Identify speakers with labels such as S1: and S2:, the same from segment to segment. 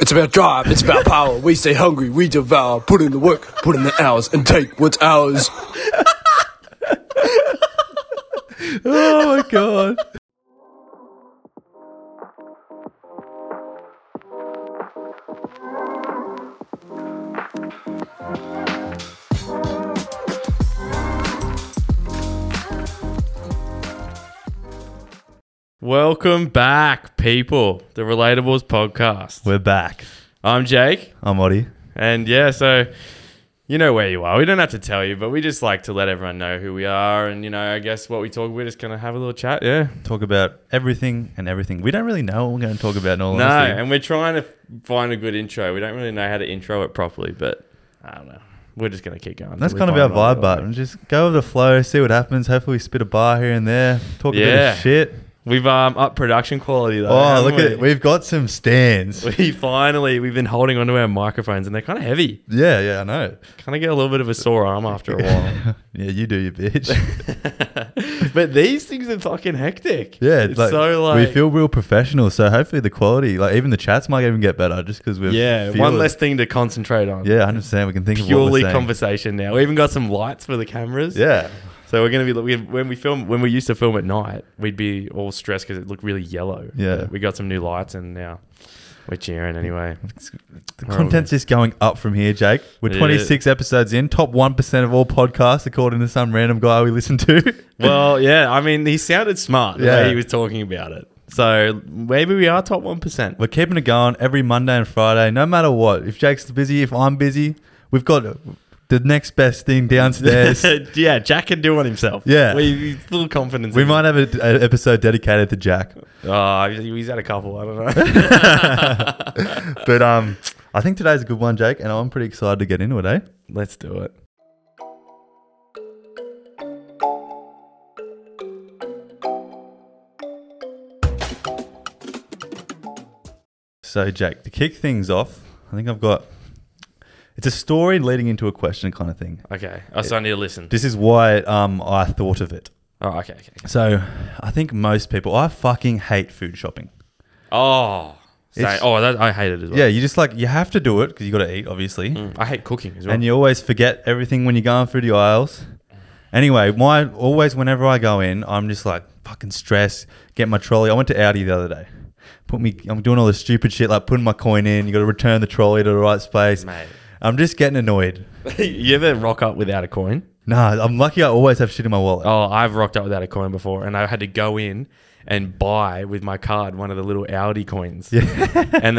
S1: It's about drive, it's about power. We stay hungry, we devour. Put in the work, put in the hours, and take what's ours.
S2: Oh my god. Welcome back, people. The Relatables podcast.
S3: We're back.
S2: I'm Jake,
S3: I'm Oddie.
S2: and yeah, so you know where you are. We don't have to tell you, but we just like to let everyone know who we are, and you know, I guess what we talk. We're just gonna have a little chat, yeah.
S3: Talk about everything and everything. We don't really know what we're going to talk about in all
S2: No,
S3: honesty.
S2: and we're trying to find a good intro. We don't really know how to intro it properly, but I don't know. We're just gonna keep going.
S3: That's
S2: until
S3: kind
S2: we
S3: of our
S2: find one
S3: vibe,
S2: that we
S3: but just go with the flow, see what happens. Hopefully, we spit a bar here and there, talk a bit
S2: Yeah.
S3: of shit.
S2: like. we've um up production quality though.
S3: Oh,
S2: haven't
S3: look at it.
S2: we?
S3: We've got some stands.
S2: We finally we've been holding onto our microphones, and they're kind of heavy.
S3: Yeah, yeah, I know.
S2: Kind of get a little bit of a sore arm after a while.
S3: yeah, you do, you bitch.
S2: but these things are fucking hectic.
S3: Yeah,
S2: it's so like
S3: we feel real professional. So hopefully, the quality, like even the chats, might even get better just because we're
S2: yeah.
S3: feeling-
S2: One less thing to concentrate on.
S3: Yeah, I understand. We can think of what
S2: purely
S3: we're saying.
S2: conversation now. We even got some lights for the cameras.
S3: Yeah,
S2: So we're gonna be we, when we film when we used to film at night, we'd be all stressed because it looked really yellow.
S3: Yeah.
S2: But we got some new lights and now we're cheering anyway.
S3: the
S2: Where are we?
S3: content's just going up from here, Jake. We're
S2: Yeah.
S3: 26 episodes in, top one percent of all podcasts, according to some random guy we listen to.
S2: Well, yeah, I mean he sounded smart the
S3: Yeah.
S2: way he was talking about it. So maybe we are top one percent.
S3: We're keeping it going every Monday and Friday, no matter what. If Jake's busy, if I'm busy, we've got the next best thing downstairs.
S2: yeah, Jack can do one himself.
S3: Yeah.
S2: we we- full confidence.
S3: we
S2: in
S3: might have an episode dedicated to Jack,
S2: him. Oh, he's he's had a couple. I don't know.
S3: but um, I think today's a good one, Jake, and I'm pretty excited to get into it. Eh?
S2: Let's do it.
S3: So, Jake, to kick things off, I think I've got it's a story leading into a question kind of thing.
S2: Okay, oh, so I need to listen.
S3: This is why um, I thought of it.
S2: Oh, okay, okay. okay.
S3: So I think most people, I fucking hate food shopping.
S2: Oh, say,
S3: It's-
S2: oh, that, I hate it as well.
S3: Yeah, you just like, you have to do it because you got to eat, obviously.
S2: Mm, I hate cooking as well.
S3: And you always forget everything when you're going through the aisles. Anyway, my always whenever I go in, I'm just like fucking stressed. Get my trolley. I went to Audi the other day. Put me, I'm doing all this stupid shit like putting my coin in. You got to return the trolley to the right space.
S2: Mate.
S3: I'm just getting annoyed.
S2: you ever rock up without a coin?
S3: Nah, I'm lucky. I always have shit in my wallet.
S2: Oh, I've rocked up without a coin before, and I had to go in and buy with my card one of the little Audi coins. and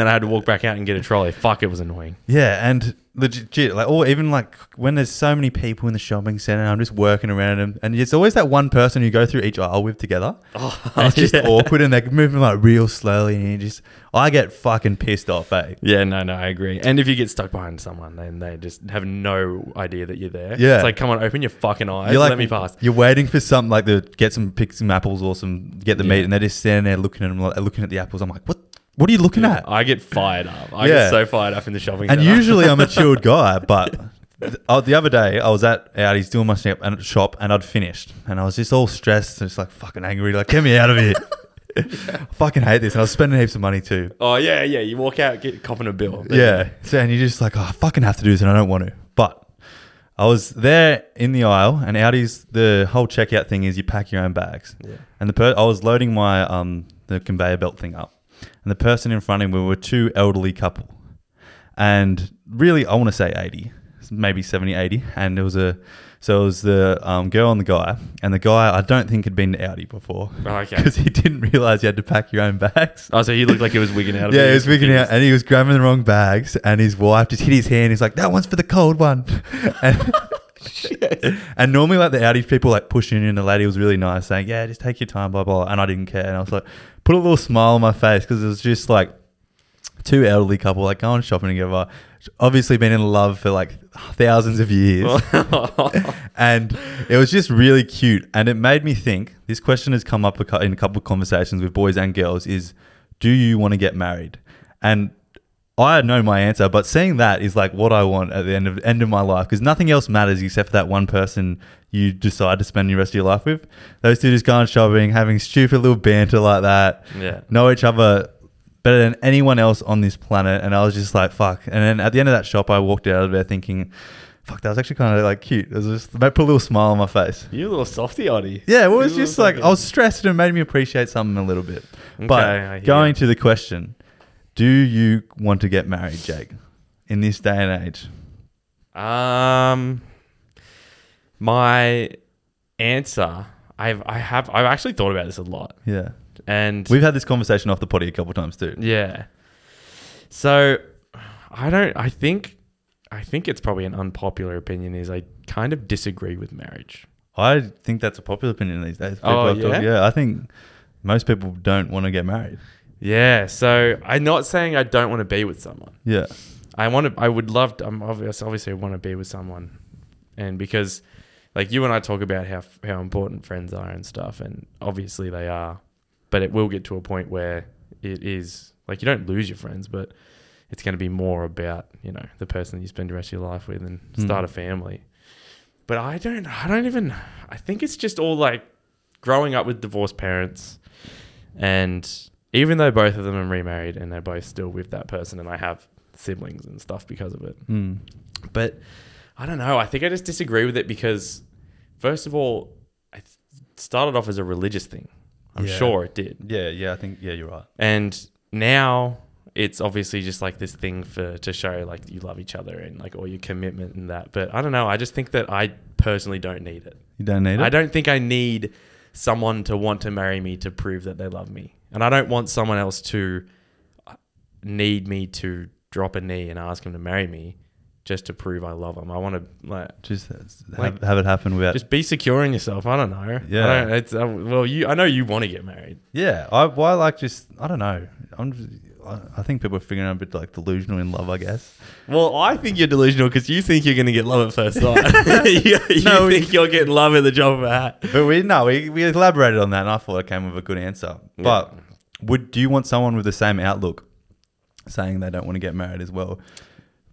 S2: then I had to walk back out and get a trolley. Fuck, it was annoying.
S3: Yeah, and legit, like, or even like when there's so many people in the shopping center, I'm just working around them, and it's always that one person you go through each aisle with together.
S2: Oh,
S3: and it's just awkward, and they're moving like real slowly, and you just, I get fucking pissed off, eh?
S2: Yeah, no, no, I agree. And if you get stuck behind someone, then they just have no idea that you're there.
S3: Yeah.
S2: It's like, come on, open your fucking eyes.
S3: You're like,
S2: let me pass.
S3: You're waiting for something like to get some, pick some apples or some, get the
S2: Yeah.
S3: meat, and they're just standing there looking at them, like, looking at the apples. I'm like, what? What are you looking at?
S2: I get fired up. I get
S3: Yeah.
S2: so fired up in the shopping
S3: And
S2: center.
S3: usually I'm a chilled guy, but th- oh, the other day I was at Audi's doing my snap and shop, and I'd finished, and I was just all stressed and just like fucking angry, like get me out of here. I fucking hate this, and I was spending heaps of money too.
S2: oh, yeah, yeah. You walk out, get copping a bill.
S3: Yeah, so and you're just like, oh, I fucking have to do this, and I don't want to. But I was there in the aisle, and Audi's the whole checkout thing is you pack your own bags,
S2: Yeah.
S3: and the per- I was loading my um the conveyor belt thing up, and the person in front of me were two elderly couple, and really I want to say 80 maybe 70 80 and it was a so it was the um, girl and the guy and the guy I don't think had been to Audi before
S2: Oh, okay.
S3: because he didn't realize you had to pack your own bags
S2: Oh, so he looked like he was wigging out. a bit.
S3: yeah he was wigging out
S2: confused.
S3: and he was grabbing the wrong bags and his wife just hit his hand he's like that one's for the cold one and, and normally like the Audi people like pushing in and the lady was really nice saying yeah just take your time blah blah and I didn't care and I was like put a little smile on my face because it was just like two elderly couple like going shopping together obviously been in love for like thousands of years and it was just really cute and it made me think this question has come up a cou- in a couple of conversations with boys and girls is do you want to get married and I know my answer, but seeing that is like what I want at the end of end of my life because nothing else matters except for that one person you decide to spend the rest of your life with. Those two just going shopping, having stupid little banter like that,
S2: Yeah.
S3: know each other better than anyone else on this planet. And I was just like, fuck. And then at the end of that shop, I walked out of there thinking, fuck, that was actually kind of like cute. It was just, that put a little smile on my face.
S2: You little softy oddy.
S3: Yeah, well, it was
S2: Little
S3: just like
S2: softy.
S3: I was stressed and it made me appreciate something a little bit.
S2: I hear
S3: but going
S2: you.
S3: to the question, do you want to get married, Jake, in this day and age?
S2: Um, my answer. I've I have I've actually thought about this a lot,
S3: Yeah.
S2: and
S3: We've had this conversation off the potty a couple times too.
S2: yeah. So, I don't. I think. I think it's probably an unpopular opinion. Is I kind of disagree with marriage.
S3: I think that's a popular opinion these days. People
S2: Oh,
S3: I've talked-
S2: yeah?
S3: yeah, I think most people don't want to get married.
S2: Yeah. So I'm not saying I don't want to be with someone.
S3: Yeah.
S2: I want to. I would love to. I'm obvious, obviously I want to be with someone, and because, like you and I talk about how how important friends are and stuff, and obviously they are, but it will get to a point where it is like you don't lose your friends, but it's going to be more about you know the person you spend the rest of your life with and start a family. But I don't. I don't even. I think it's just all like growing up with divorced parents, and even though both of them are remarried and they're both still with that person, and I have siblings and stuff because of it.
S3: Mm.
S2: But I don't know. I think I just disagree with it because, first of all, it started off as a religious thing. I'm
S3: Yeah.
S2: sure it did,
S3: Yeah, yeah, I think, yeah, you're right.
S2: and now it's obviously just like this thing for to show like you love each other and like all your commitment and that. But I don't know. I just think that I personally don't need it.
S3: You don't need it?
S2: I don't think I need someone to want to marry me to prove that they love me. And I don't want someone else to uh, need me to drop a knee and ask him to marry me just to prove I love him. I want to like
S3: Just have,
S2: Like-
S3: have it happen without.
S2: just be secure in yourself. I don't know. I
S3: Yeah.
S2: don't, it's, uh, well, you I know you want to get married.
S3: yeah, I, well, I like just, I don't know. I'm just, I I think people are figuring out a bit like delusional in love, I guess.
S2: Well, I think you're delusional because you think you're going to get love at first sight. you
S3: No,
S2: think you're getting love at the job of a hat.
S3: But we no, we, we elaborated on that, and I thought I came with a good answer. But would do you want someone with the same outlook, saying they don't want to get married as well?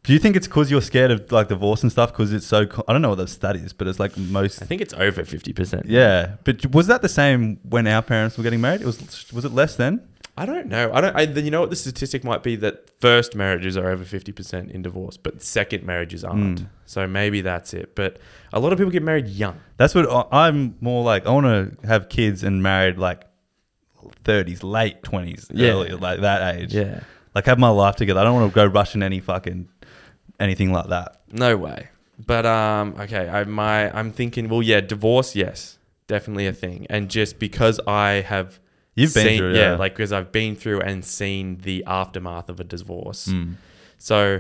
S3: Do you think it's because you're scared of like divorce and stuff? Because it's so co- I don't know what the stat is, but it's like most.
S2: I think it's over 50%.
S3: Yeah, but was that the same when our parents were getting married? It was was it less then?
S2: I don't know. I don't. I, then you know what the statistic might be that first marriages are over fifty percent in divorce, but second marriages aren't.
S3: Mm.
S2: So maybe that's it. But a lot of people get married young.
S3: That's what I, I'm more like. I want to have kids and married like 30s, late 20s,
S2: Yeah.
S3: early like that age.
S2: Yeah.
S3: like have my life together. I don't want to go rushing any fucking anything like that.
S2: No way. But um, okay. I my I'm thinking. Well, yeah, divorce. Yes, definitely a thing. And just because I have
S3: You've been
S2: seen-
S3: through it,
S2: yeah,
S3: yeah.
S2: like because I've been through and seen the aftermath of a divorce.
S3: Mm.
S2: So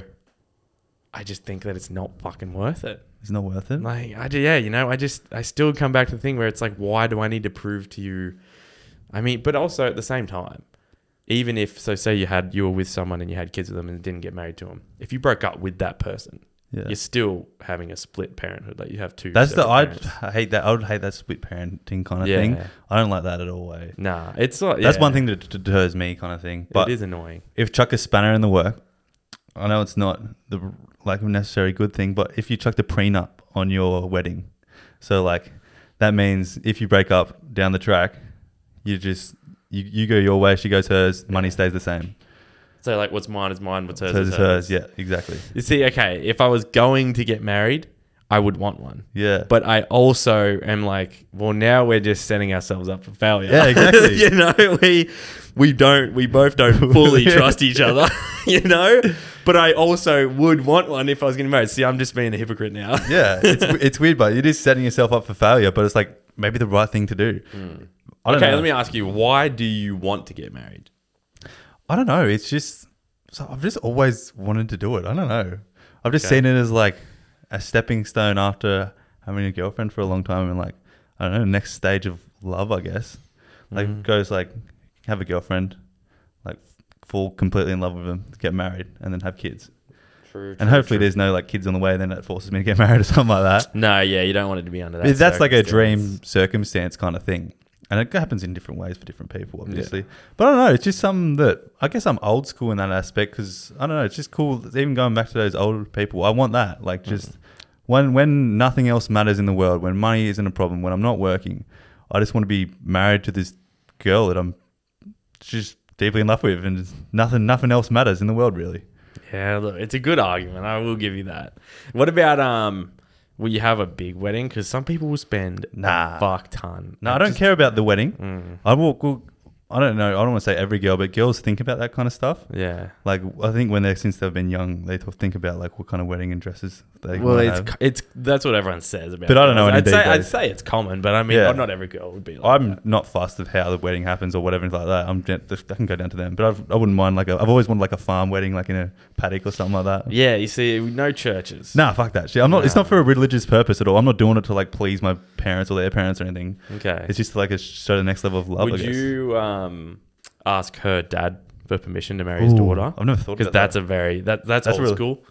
S2: I just think that it's not fucking worth it.
S3: It's not worth it.
S2: Like I do, yeah, you know, I just I still come back to the thing where it's like, why do I need to prove to you? I mean, but also at the same time, even if so, say you had you were with someone and you had kids with them and didn't get married to them, if you broke up with that person,
S3: Yeah.
S2: you're still having a split parenthood. Like you have two.
S3: That's the
S2: separate
S3: I'd
S2: parents.
S3: hate that. I would hate that split parenting kind of
S2: Yeah.
S3: thing. I don't like that at all. eh?
S2: Nah, it's not.
S3: That's
S2: yeah.
S3: one thing that d- deters me kind of thing.
S2: It
S3: But
S2: is annoying.
S3: if chuck a spanner in the work, I know it's not the like necessary good thing. But if you chuck the prenup on your wedding, so like that means if you break up down the track, you just you, you go your way, she goes hers, money
S2: Yeah.
S3: stays the same.
S2: So like, what's mine is mine. What's hers,
S3: Hers
S2: is
S3: is
S2: hers.
S3: hers. Yeah, exactly.
S2: You see, okay, if I was going to get married, I would want one.
S3: Yeah.
S2: But I also am like, well, now we're just setting ourselves up for failure.
S3: Yeah, exactly.
S2: you know, we we don't we both don't fully trust each other. You know, but I also would want one if I was getting married. See, I'm just being a hypocrite now.
S3: yeah, it's, it's weird, but it is setting yourself up for failure. But it's like maybe the right thing to do. I don't
S2: Okay,
S3: know.
S2: let me ask you, why do you want to get married?
S3: I don't know. It's just so I've just always wanted to do it. I don't know. I've just seen it as like a stepping stone after having a girlfriend for a long time, and like I don't know, next stage of love, I guess. Like
S2: Mm-hmm.
S3: goes like have a girlfriend, like fall completely in love with them, get married, and then have kids.
S2: True.
S3: And hopefully, there's no like kids on the way. Then that forces me to get married or something like that.
S2: No, yeah, you don't want it to be under that.
S3: But that's like a
S2: circumstance.
S3: dream circumstance kind of thing. And it happens in different ways for different people, obviously. But I don't know. It's just something that I guess I'm old school in that aspect because I don't know. It's just cool. Even going back to those old people, I want that. Like just when when nothing else matters in the world, when money isn't a problem, when I'm not working, I just want to be married to this girl that I'm just deeply in love with, and it's- nothing nothing else matters in the world really.
S2: Yeah, look, it's a good argument. I will give you that. What about um? Will you have a big wedding? Because some people will spend
S3: Nah.
S2: a fuck ton.
S3: No, I don't care about the wedding. I will. will- I don't know. I don't want to say every girl, but girls think about that kind of stuff.
S2: Yeah.
S3: Like I think when they're since they've been young, they th- think about like what kind of wedding and dresses they.
S2: Well,
S3: wanna
S2: it's
S3: have.
S2: it's that's what everyone says about.
S3: But I don't
S2: girls.
S3: know any
S2: I'd say,
S3: these
S2: I'd
S3: days.
S2: say it's common, but I mean,
S3: Yeah.
S2: not every girl would be. Like
S3: I'm not fussed of how the wedding happens or whatever like that. I'm gen- I can go down to them, but I've, I wouldn't mind like a, I've always wanted like a farm wedding, like in a paddock or something like that.
S2: Yeah, you see, no churches.
S3: Nah, fuck that shit. I'm not. It's not for a religious purpose at all. I'm not doing it to like please my parents or their parents or anything.
S2: Okay.
S3: It's just to, like a show the next level of love.
S2: Would
S3: I guess.
S2: you um ask her dad for permission to marry his
S3: Ooh,
S2: daughter?
S3: I've never thought
S2: because
S3: about that.
S2: that's a very that that's,
S3: That's
S2: old
S3: really-
S2: school.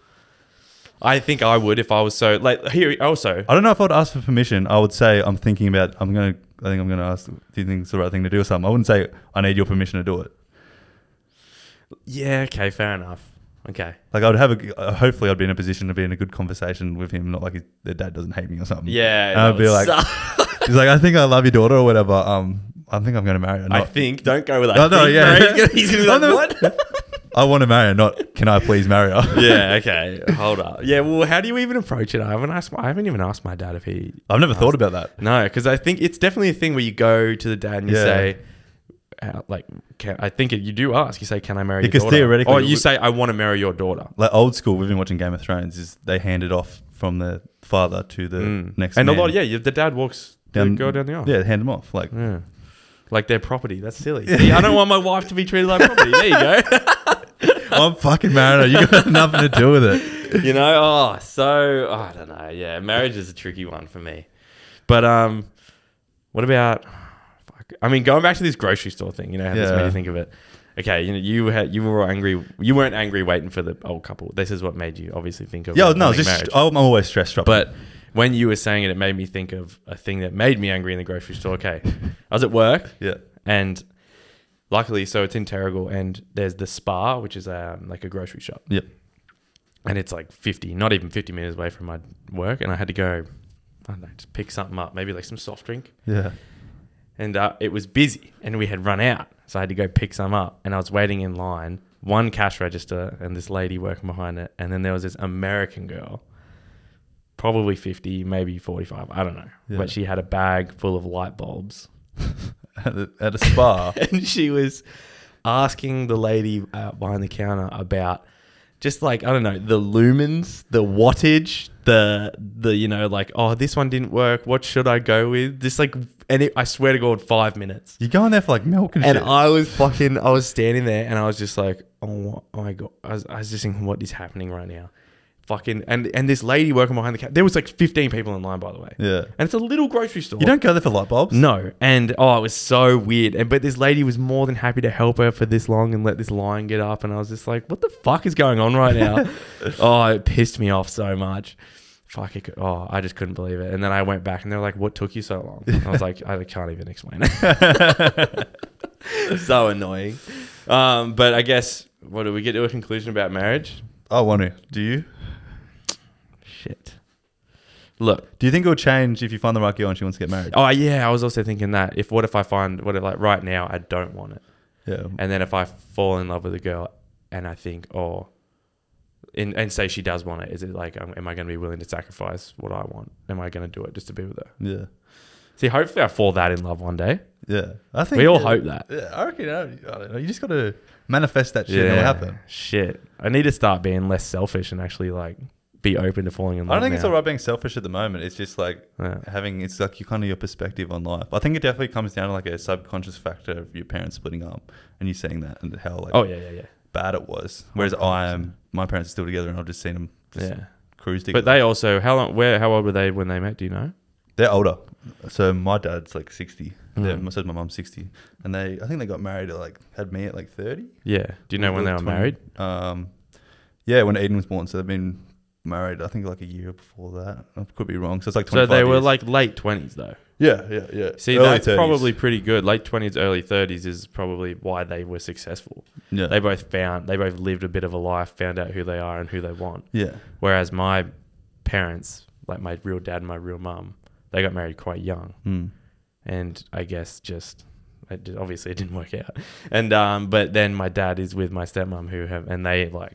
S2: I think I would if I was so like here also.
S3: I don't know if I'd ask for permission. I would say I'm thinking about. I'm gonna. I think I'm gonna ask. Do you think it's the right thing to do or something? I wouldn't say I need your permission to do it.
S2: Yeah. Okay. Fair enough. Okay.
S3: Like I would have a. Uh, hopefully, I'd be in a position to be in a good conversation with him. Not like his, their dad doesn't hate me or something.
S2: Yeah.
S3: And
S2: that
S3: I'd be
S2: would
S3: like,
S2: suck.
S3: he's like, I think I love your daughter or whatever. Um, I think I'm gonna marry her. Not,
S2: I think. Don't go with that.
S3: No, no, yeah.
S2: He's gonna, he's gonna be like, what?
S3: I want to marry her. Not can I please marry her?
S2: yeah. Okay. Hold up. Yeah. Well, how do you even approach it? I haven't asked. My, I haven't even asked my dad if he.
S3: I've never thought about that.
S2: No, because I think it's definitely a thing where you go to the dad and you
S3: Yeah.
S2: say, uh, like, can, I think you do ask. You say, "Can I marry?"
S3: Because
S2: your daughter?
S3: theoretically
S2: or
S3: it
S2: you
S3: would-
S2: say, "I want to marry your daughter."
S3: Like old school, we've been watching Game of Thrones. Is they hand it off from the father to the
S2: Mm.
S3: next
S2: and
S3: man.
S2: a lot, yeah. You, the dad walks the girl down the aisle.
S3: Yeah, hand them off. Like
S2: Yeah. Like their property. That's silly. See, I don't want my wife to be treated like property. There you
S3: I'm fucking married her. You got nothing to do with it.
S2: go. you know. Oh, so I don't know. Yeah, marriage is a tricky one for me. But um, what about? Fuck. I mean, going back to this grocery store thing. You know how this made
S3: Yeah.
S2: you think of it. Okay, you know you had you were all angry. You weren't angry waiting for the old couple. This is what made you obviously think of
S3: Yeah,
S2: like,
S3: no, it's
S2: wanting
S3: just uh,
S2: marriage.
S3: I'm I'm always stress shopping.
S2: But when you were saying it, it made me think of a thing that made me angry in the grocery store. Okay, I was at work.
S3: yeah,
S2: and luckily, so it's in Terrigal, and there's the spa, which is um, like a grocery shop,
S3: yeah,
S2: and it's like 50, not even 50 minutes away from my work, and I had to go, I don't know, just pick something up, maybe like some soft drink,
S3: yeah.
S2: and uh, it was busy, and we had run out, so I had to go pick some up, and I was waiting in line, one cash register, and this lady working behind it, and then there was this American girl. Probably 50, maybe 45. I don't know.
S3: Yeah.
S2: But she had a bag full of light bulbs.
S3: At a, at a spa.
S2: and she was asking the lady uh, behind the counter about just like I don't know the lumens, the wattage, the the you know like oh this one didn't work, what should I go with? Just like and it, I swear to God, five minutes.
S3: you go in there for like milk and,
S2: And
S3: shit.
S2: I was fucking, I was standing there and I was just like, oh my God. I was, I was just thinking, what is happening right now? Fucking, and, and this lady working behind the counter, there was like 15 people in line, by the way.
S3: yeah,
S2: And it's a little grocery store.
S3: you don't go there for light bulbs.
S2: No, and oh, it was so weird. And but this lady was more than happy to help her for this long and let this lion get up. And I was just like, "What the fuck is going on right now?" oh, it pissed me off so much. Fuck it. Oh, I just couldn't believe it. And then I went back, and they're like, "What took you so long?" And I was like, "I can't even explain it." so annoying. Um, but I guess what do we get to a conclusion about marriage?
S3: I want to. Do you?
S2: Shit. Look,
S3: Do you think it'll change if you find the right girl and she wants to get married?
S2: oh yeah, I was also thinking that if what if I find what if like right now I don't want it.
S3: Yeah,
S2: And then if I fall in love with a girl and I think, oh, and, and say she does want it, is it like, um, am I going to be willing to sacrifice what I want? Am I going to do it just to be with her?
S3: yeah,
S2: See, hopefully I fall that in love one day.
S3: yeah. I think
S2: We all
S3: yeah,
S2: hope that.
S3: Yeah, I reckon. I, I don't know. You just got to manifest that shit and it'll happen.
S2: Shit. I need to start being less selfish and actually like be open to falling in
S3: I
S2: love.
S3: don't think it's
S2: now.
S3: all right being selfish at the moment. It's just like
S2: Yeah.
S3: having it's like you kind of your perspective on life. I think it definitely comes down to like a subconscious factor of your parents splitting up and you seeing that and how like
S2: Oh, yeah, yeah, yeah.
S3: bad it was. Whereas I am, my parents are still together and I've just seen them just
S2: Yeah.
S3: cruise
S2: But
S3: together.
S2: they also, how long, where, how old were they when they met? Do you know?
S3: They're older, so my dad's like sixty.
S2: Mm.
S3: Mm. So is my mum's sixty, and they I think they got married at like had me at like thirty.
S2: Yeah. Do you know when they were
S3: 20
S2: married?
S3: Um, yeah, when Eden was born, so they've been married. I think like a year before that. I could be wrong. So it's like
S2: So
S3: 25
S2: they were
S3: years.
S2: like late 20s though.
S3: yeah, yeah, yeah.
S2: See,
S3: Early
S2: that's
S3: 30s.
S2: probably pretty good. Late twenties, early thirties is probably why they were successful.
S3: yeah.
S2: They both found they both lived a bit of a life, found out who they are and who they want.
S3: Yeah.
S2: Whereas my parents, like my
S3: Hmm.
S2: real dad and my real mum, they got married quite young,
S3: Mm.
S2: and I guess just it did, obviously it didn't work out. And um, but then my dad is with my stepmom who have, and they like,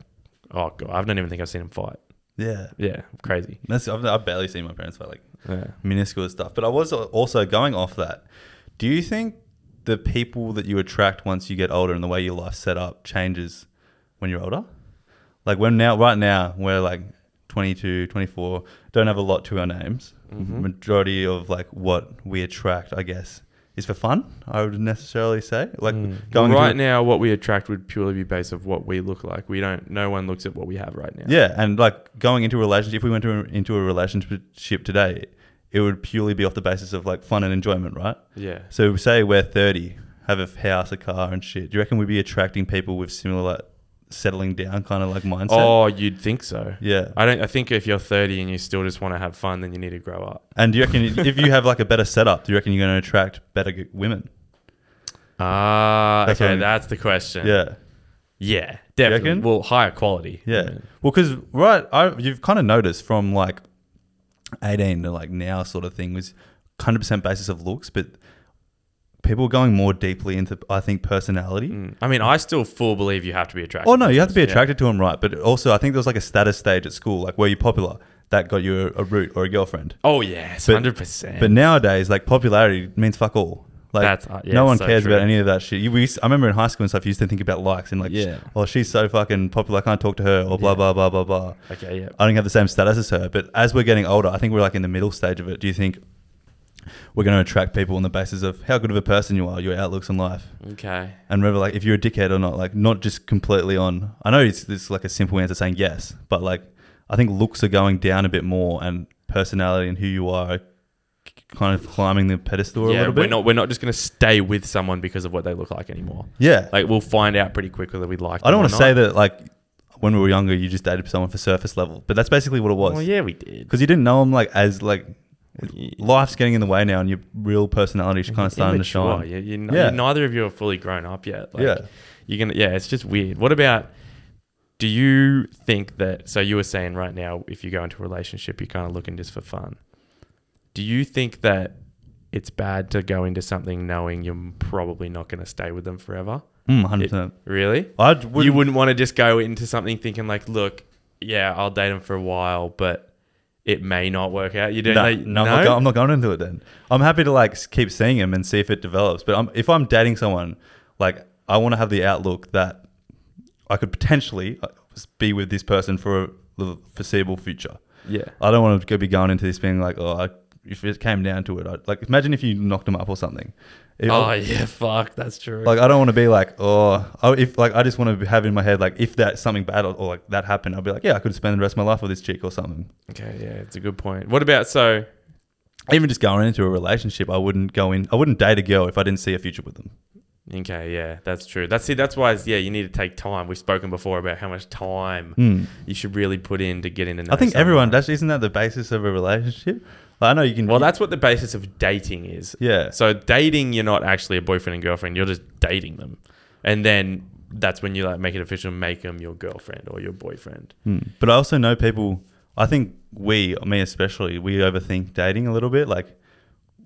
S2: oh god, I don't even think I've seen them fight.
S3: Yeah.
S2: Yeah, crazy.
S3: That's, I've, I've barely seen my parents fight like
S2: Yeah.
S3: minuscule stuff. But I was al- also going off that. Do you think the people that you attract once you get older and the way your life's set up changes when you're older? Like when now, right now, we're like 22, 24, don't have a lot to our names.
S2: Mm-hmm.
S3: Majority of like what we attract, I guess, is for fun. I would necessarily say like going
S2: Mm. right
S3: into-
S2: now, what we attract would purely be based of what we look like. We don't. No one looks at what we have right now.
S3: Yeah, and like going into a relationship, if we went to, into a relationship today, it would purely be off the basis of like fun and enjoyment, right?
S2: Yeah.
S3: So say we're 30, have a f- house, a car, and shit. Do you reckon we'd be attracting people with similar like, settling down kind of like mindset?
S2: Oh, you'd think so.
S3: yeah.
S2: I don't. I think if you're 30 and you still just want to have fun, then you need to grow up.
S3: And do you reckon if you have like a better setup, do you reckon you're going to attract better g- women?
S2: Ah,
S3: That's what
S2: okay,
S3: I-
S2: that's the question.
S3: Yeah,
S2: yeah,
S3: You
S2: definitely.
S3: reckon?
S2: Well, higher quality.
S3: yeah. Well, because right, I, you've kind of noticed from like 18 to like now sort of thing was 100% basis of looks, but people are going more deeply into I think personality.
S2: Mm. I mean, I still full believe you have to be attracted.
S3: Oh no, you have to be
S2: Yeah.
S3: attracted to him, right? But also, I think there was like a status stage at school, like were you popular? That got you a, a root or a girlfriend.
S2: Oh yes,
S3: But-
S2: hundred percent.
S3: But nowadays, like popularity means fuck all. Like
S2: That's- uh, yeah,
S3: no one
S2: so
S3: cares
S2: true.
S3: about any of that shit. You, we used, I remember in high school and stuff, you used to think about likes and like,
S2: Yeah.
S3: oh, she's so fucking popular, I can't talk to her, or blah blah blah blah blah.
S2: okay, yeah.
S3: I don't have the same status as her. But as we're getting older, I think we're like in the middle stage of it. Do you think we're going to attract people on the basis of how good of a person you are, your outlooks on life?
S2: Okay.
S3: And remember, like, if you're a dickhead or not, like, not just completely on. I know it's, it's like a simple answer saying yes, but like, I think looks are going down a bit more, and personality and who you are, are kind of climbing the pedestal a
S2: Yeah,
S3: little
S2: we're
S3: bit.
S2: not we're not just gonna stay with someone because of what they look like anymore.
S3: yeah,
S2: Like we'll find out pretty quickly that we like.
S3: I don't
S2: them
S3: want
S2: or
S3: to say
S2: not.
S3: that like when we were younger, you just dated someone for surface level, but that's basically what it was.
S2: Well, yeah, we did.
S3: because you didn't know them like as like life's getting in the way now, and your real personality is kind of starting to
S2: Immature.
S3: shine.
S2: You, you,
S3: Yeah.
S2: neither of you are fully grown up yet. Like,
S3: Yeah.
S2: You're gonna. Yeah, it's just weird. What about? Do you think that? So you were saying right now, if you go into a relationship, you're kind of looking just for fun. Do you think that it's bad to go into something knowing you're probably not going to stay with them forever?
S3: Mm, 100%.
S2: Really?
S3: I would
S2: you wouldn't want to just go into something thinking like, look, yeah, I'll date him for a while, but it may not work out. You don't
S3: No,
S2: know.
S3: no, I'm, not go- I'm not going into it then. I'm happy to like s- keep seeing him and see if it develops. But I'm, if I'm dating someone, like I want to have the outlook that I could potentially uh, be with this person for the foreseeable future.
S2: yeah.
S3: I don't want to go be going into this being like, oh, I, if it came down to it, I'd, like imagine if you knocked him up or something. It-
S2: Oh yeah, fuck, that's true.
S3: Like I don't want to be like, oh, I, if like I just want to have in my head like if that something bad or, or like that happened, I'll be like, yeah, I could spend the rest of my life with this chick or something.
S2: okay, yeah, it's a good point. What about so?
S3: even just going into a relationship, I wouldn't go in. I wouldn't date a girl if I didn't see a future with them.
S2: Okay, yeah, that's true. That's see, that's why. It's, yeah, you need to take time. We've spoken before about how much time you should really put in to get in.
S3: Mm. I think everyone does. Isn't that the basis of a relationship? Like, I know you can.
S2: Well, that's what the basis of dating is.
S3: yeah.
S2: So dating, you're not actually a boyfriend and girlfriend. You're just dating them, and then that's when you like make it official, make them your girlfriend or your boyfriend.
S3: Mm. But I also know people. I think we, me especially, we overthink dating a little bit. Like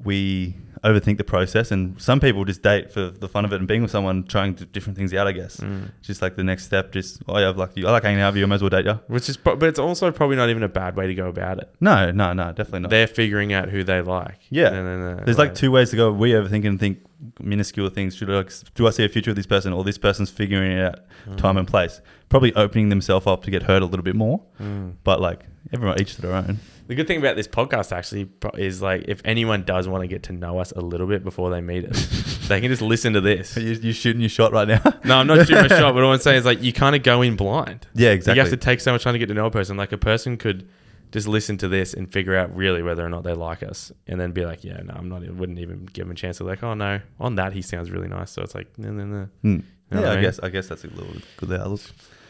S3: we overthink the process, and some people just date for the fun of it and being with someone, trying d- different things out. I guess just like the next step. Just oh yeah, I've liked you. I like hanging out with you. I may as well date you.
S2: Which is, pro- but it's also probably not even a bad way to go about it.
S3: No, no, no, definitely not.
S2: They're figuring out who they like.
S3: Yeah.
S2: And then, uh,
S3: There's like two ways to go. We overthink and think minuscule things. Should I, like, do I see a future with this person, or this person's figuring it out
S2: Mm.
S3: time and place? Probably opening themselves up to get hurt a little bit more.
S2: Mm.
S3: But like everyone, each to their own.
S2: The good thing about this podcast actually pro- is like if anyone does want to get to know us a little bit before they meet us, they can just listen to this.
S3: Are you, you shooting your shot right now?
S2: No, I'm not shooting my shot, but all I'm saying is like you kind of go in blind.
S3: yeah,
S2: You
S3: exactly.
S2: have to take so much time to get to know a person. Like a person could just listen to this and figure out really whether or not they like us, and then be like, yeah, no, I'm not. I wouldn't even give him a chance. They're like, oh no, on that he sounds really nice. So it's like, no, no, no.
S3: Hmm.
S2: You know what
S3: yeah,
S2: I
S3: I,
S2: mean?
S3: guess I guess that's a little good outlook.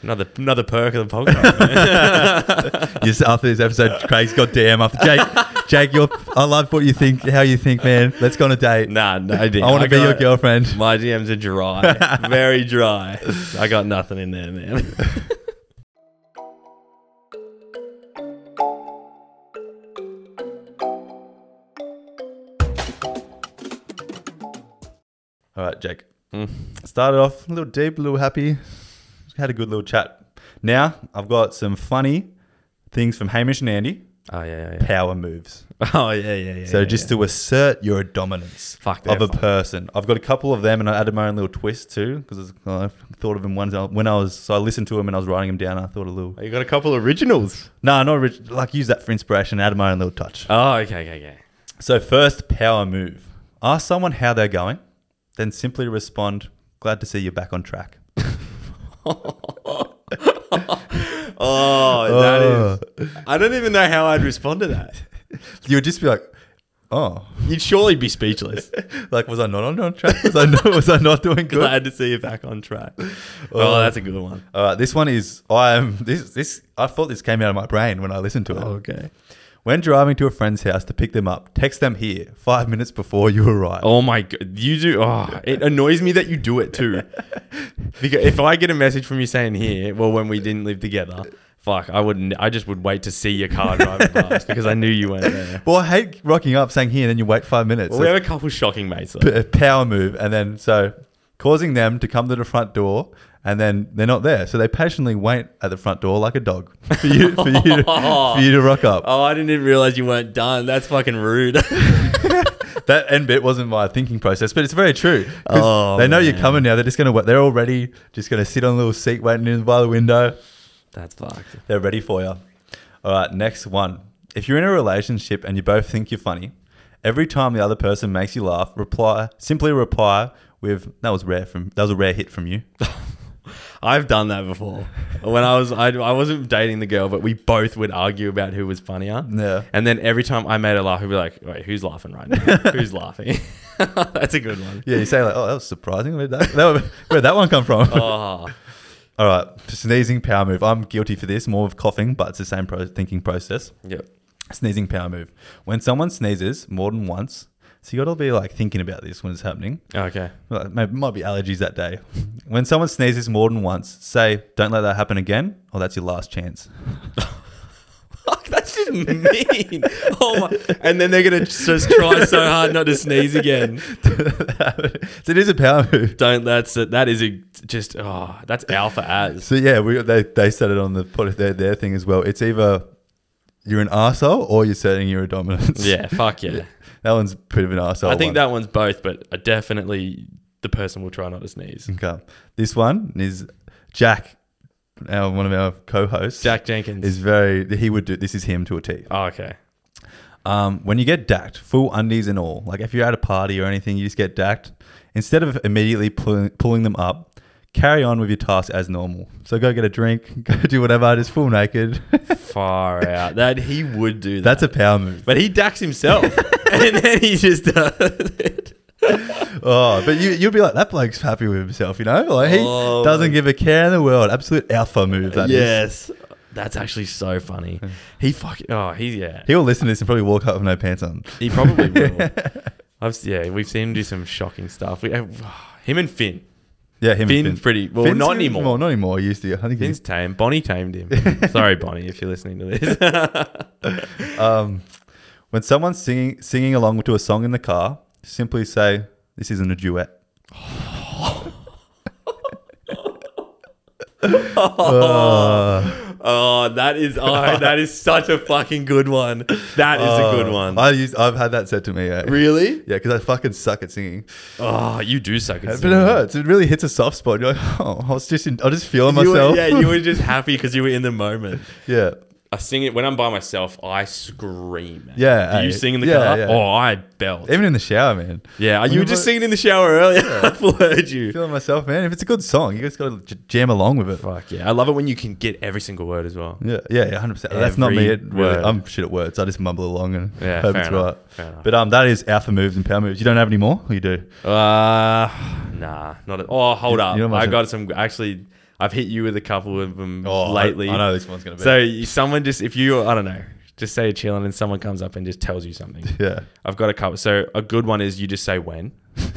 S2: Another another perk of the podcast. man.
S3: Yes, after this episode, Craig's got DM after Jake. Jake, you're, I love what you think, how you think, man. Let's go on a date.
S2: nah, no, dude,
S3: I want to be your
S2: got-
S3: girlfriend.
S2: My DMs are dry, very dry. I got nothing in there, man.
S3: All right, Jake. Started off a little deep, a little happy. Just had a good little chat. Now I've got some funny things from Hamish and Andy.
S2: Oh yeah, yeah,
S3: Power moves.
S2: yeah. Oh yeah, yeah, yeah.
S3: So
S2: yeah,
S3: just to assert your dominance
S2: Fuck,
S3: of
S2: they're
S3: a person. I've got a couple of them, and I added my own little twist too because I thought of them once when I was. So I listened to them and I was writing them down. And I thought a little.
S4: Oh, You got a couple originals.
S3: No, not rich. Like use that for inspiration. Add my own little touch.
S2: yeah. Oh okay, okay, okay.
S3: So first power move. Ask someone how they're going, then simply respond, "Glad to see you're back on track."
S4: Oh, that is. I don't even know how I'd respond to that.
S3: You would just be like, "Oh,
S4: You'd surely be speechless.
S3: like was I not on, on track? Was I not, was I not doing good?"
S4: Glad to see you back on track. Oh, that's a good one.
S3: All right, this one is I am this this I thought this came out of my brain when I listened to it.
S2: Oh.
S4: Okay.
S3: When driving to a friend's house to pick them up, text them here five minutes before you arrive.
S2: Oh my god,
S4: You do. Oh, it annoys me that you do it too.
S2: Because if I get a message from you saying here, well, when we didn't live together, fuck, I wouldn't. I just would wait to see your car driving past because I knew you weren't there.
S3: Well, I hate rocking up saying here and then you wait five minutes.
S2: Well, we have a couple shocking mates. Though.
S3: That's a p- power move, and then so causing them to come to the front door, and then they're not there, so they patiently wait at the front door like a dog for you for you to, for you to rock up.
S4: Oh, I didn't even realize you weren't done. That's fucking rude.
S3: That end bit wasn't my thinking process, but it's very true. 'Cause
S4: Oh,
S3: they know you're coming now. They're just gonna wait. They're already just gonna sit on a little seat waiting in by the window.
S2: That's fucked.
S3: They're ready for you. All right, next one. If you're in a relationship and you both think you're funny, every time the other person makes you laugh, reply simply reply with "That was rare from that was a rare hit from you."
S2: I've done that before. When I was, I, I wasn't dating the girl, but we both would argue about who was funnier.
S3: Yeah.
S2: And then every time I made her laugh, we'd be like, "Wait, who's laughing right now? who's laughing?" That's a good one.
S3: Yeah, you say like, "Oh, that was surprising." Where'd that, that- where'd that one come from?
S2: Oh,
S3: All right, sneezing power move. I'm guilty for this, more of coughing, but it's the same pro- thinking process.
S2: yep.
S3: Sneezing power move. When someone sneezes more than once, so you got to be like thinking about this when it's happening.
S2: Okay.
S3: Well, it may- might be allergies that day. When someone sneezes more than once, say, "Don't let that happen again," or "That's your last chance."
S4: Fuck, that's just mean. Oh my. And then they're going to just try so hard not to sneeze again.
S3: so it is a power move.
S2: Don't. That's it. That is a just. Oh, that's alpha as.
S3: So yeah, we, they they said it on the pod, their, their thing as well. It's either you're an arsehole or you're setting your dominance.
S2: Yeah. Fuck yeah.
S3: that one's a bit of an arsehole.
S2: I think
S3: one.
S2: that one's both, but I definitely the person will try not to sneeze.
S3: Okay. This one is Jack, our, one of our co-hosts.
S2: Jack Jenkins.
S3: is very. He would do this. Is him to a T.
S2: oh, okay.
S3: Um, when you get dacked, full undies and all, like if you're at a party or anything, you just get dacked. Instead of immediately pull- pulling them up, carry on with your task as normal. So go get a drink, go do whatever, just full naked.
S2: Far out. That he would do that.
S3: That's a power move.
S2: but he ducks himself, and then he just does it.
S3: Oh, but you you'll be like that bloke's happy with himself, you know? Like he
S4: Oh,
S3: doesn't give a care in the world. Absolute alpha move. That is.
S4: yes.
S2: That's actually so funny. He fuck. Oh, he yeah.
S3: He'll listen to this and probably walk up with no pants on.
S2: He probably will. I've s- yeah. We've seen him do some shocking stuff. We, uh, him and Finn.
S3: Yeah, him.
S2: Finn's
S3: and Finn.
S2: pretty- well, not
S3: good-
S2: anymore.
S3: Well, not anymore. He used to. I think he's
S2: Finn's tame. Bonnie tamed him. Sorry, Bonnie, if you're listening to this.
S3: Um, when someone's singing singing along to a song in the car, simply say, "This isn't a duet."
S4: Oh, that is. Oh, that is such a fucking good one. That is a
S3: Oh,
S4: good one.
S3: Uh, I used, I've had that said to me. Yeah, because
S4: really?
S3: I fucking suck at singing,
S2: oh, you do suck at
S3: but it
S2: singing.
S3: hurts. It really hits a soft spot. You're like, oh, I was just, in, I was just feeling
S4: You were,
S3: myself.
S4: yeah, you were just happy because you were in the moment.
S3: yeah.
S2: I sing it when I'm by myself. I scream.
S3: Yeah,
S2: Do you
S3: hey,
S2: sing in the
S3: yeah,
S2: car?
S3: yeah.
S2: Oh, I belt.
S3: Even in the shower, man.
S2: yeah, you were just singing in the shower
S4: Earlier,
S2: earlier.
S4: I've heard you.
S3: Feeling myself, man. If it's a good song, you just got to j- jam along with it.
S2: Fuck yeah, I love it when you can get every single word as well.
S3: Yeah, yeah, yeah, hundred percent. That's not me.
S2: Every
S3: It, really,
S2: word.
S3: I'm shit at words. I just mumble along and
S2: Yeah,
S3: hope
S2: fair
S3: it's
S2: enough,
S3: right.
S2: fair enough.
S3: But um, that is alpha moves and power moves. You don't have any more? Or you do?
S2: Uh nah, not. At, oh, hold up.
S3: you know what
S2: I
S3: I'm
S2: got some. Actually, I've hit you with a couple of them lately.
S3: Oh, I, I know this one's gonna be.
S2: So you- someone just, if you, I don't know, just say you're chilling and someone comes up and just tells you something.
S3: yeah.
S2: I've got a couple. So a good one is you just say when,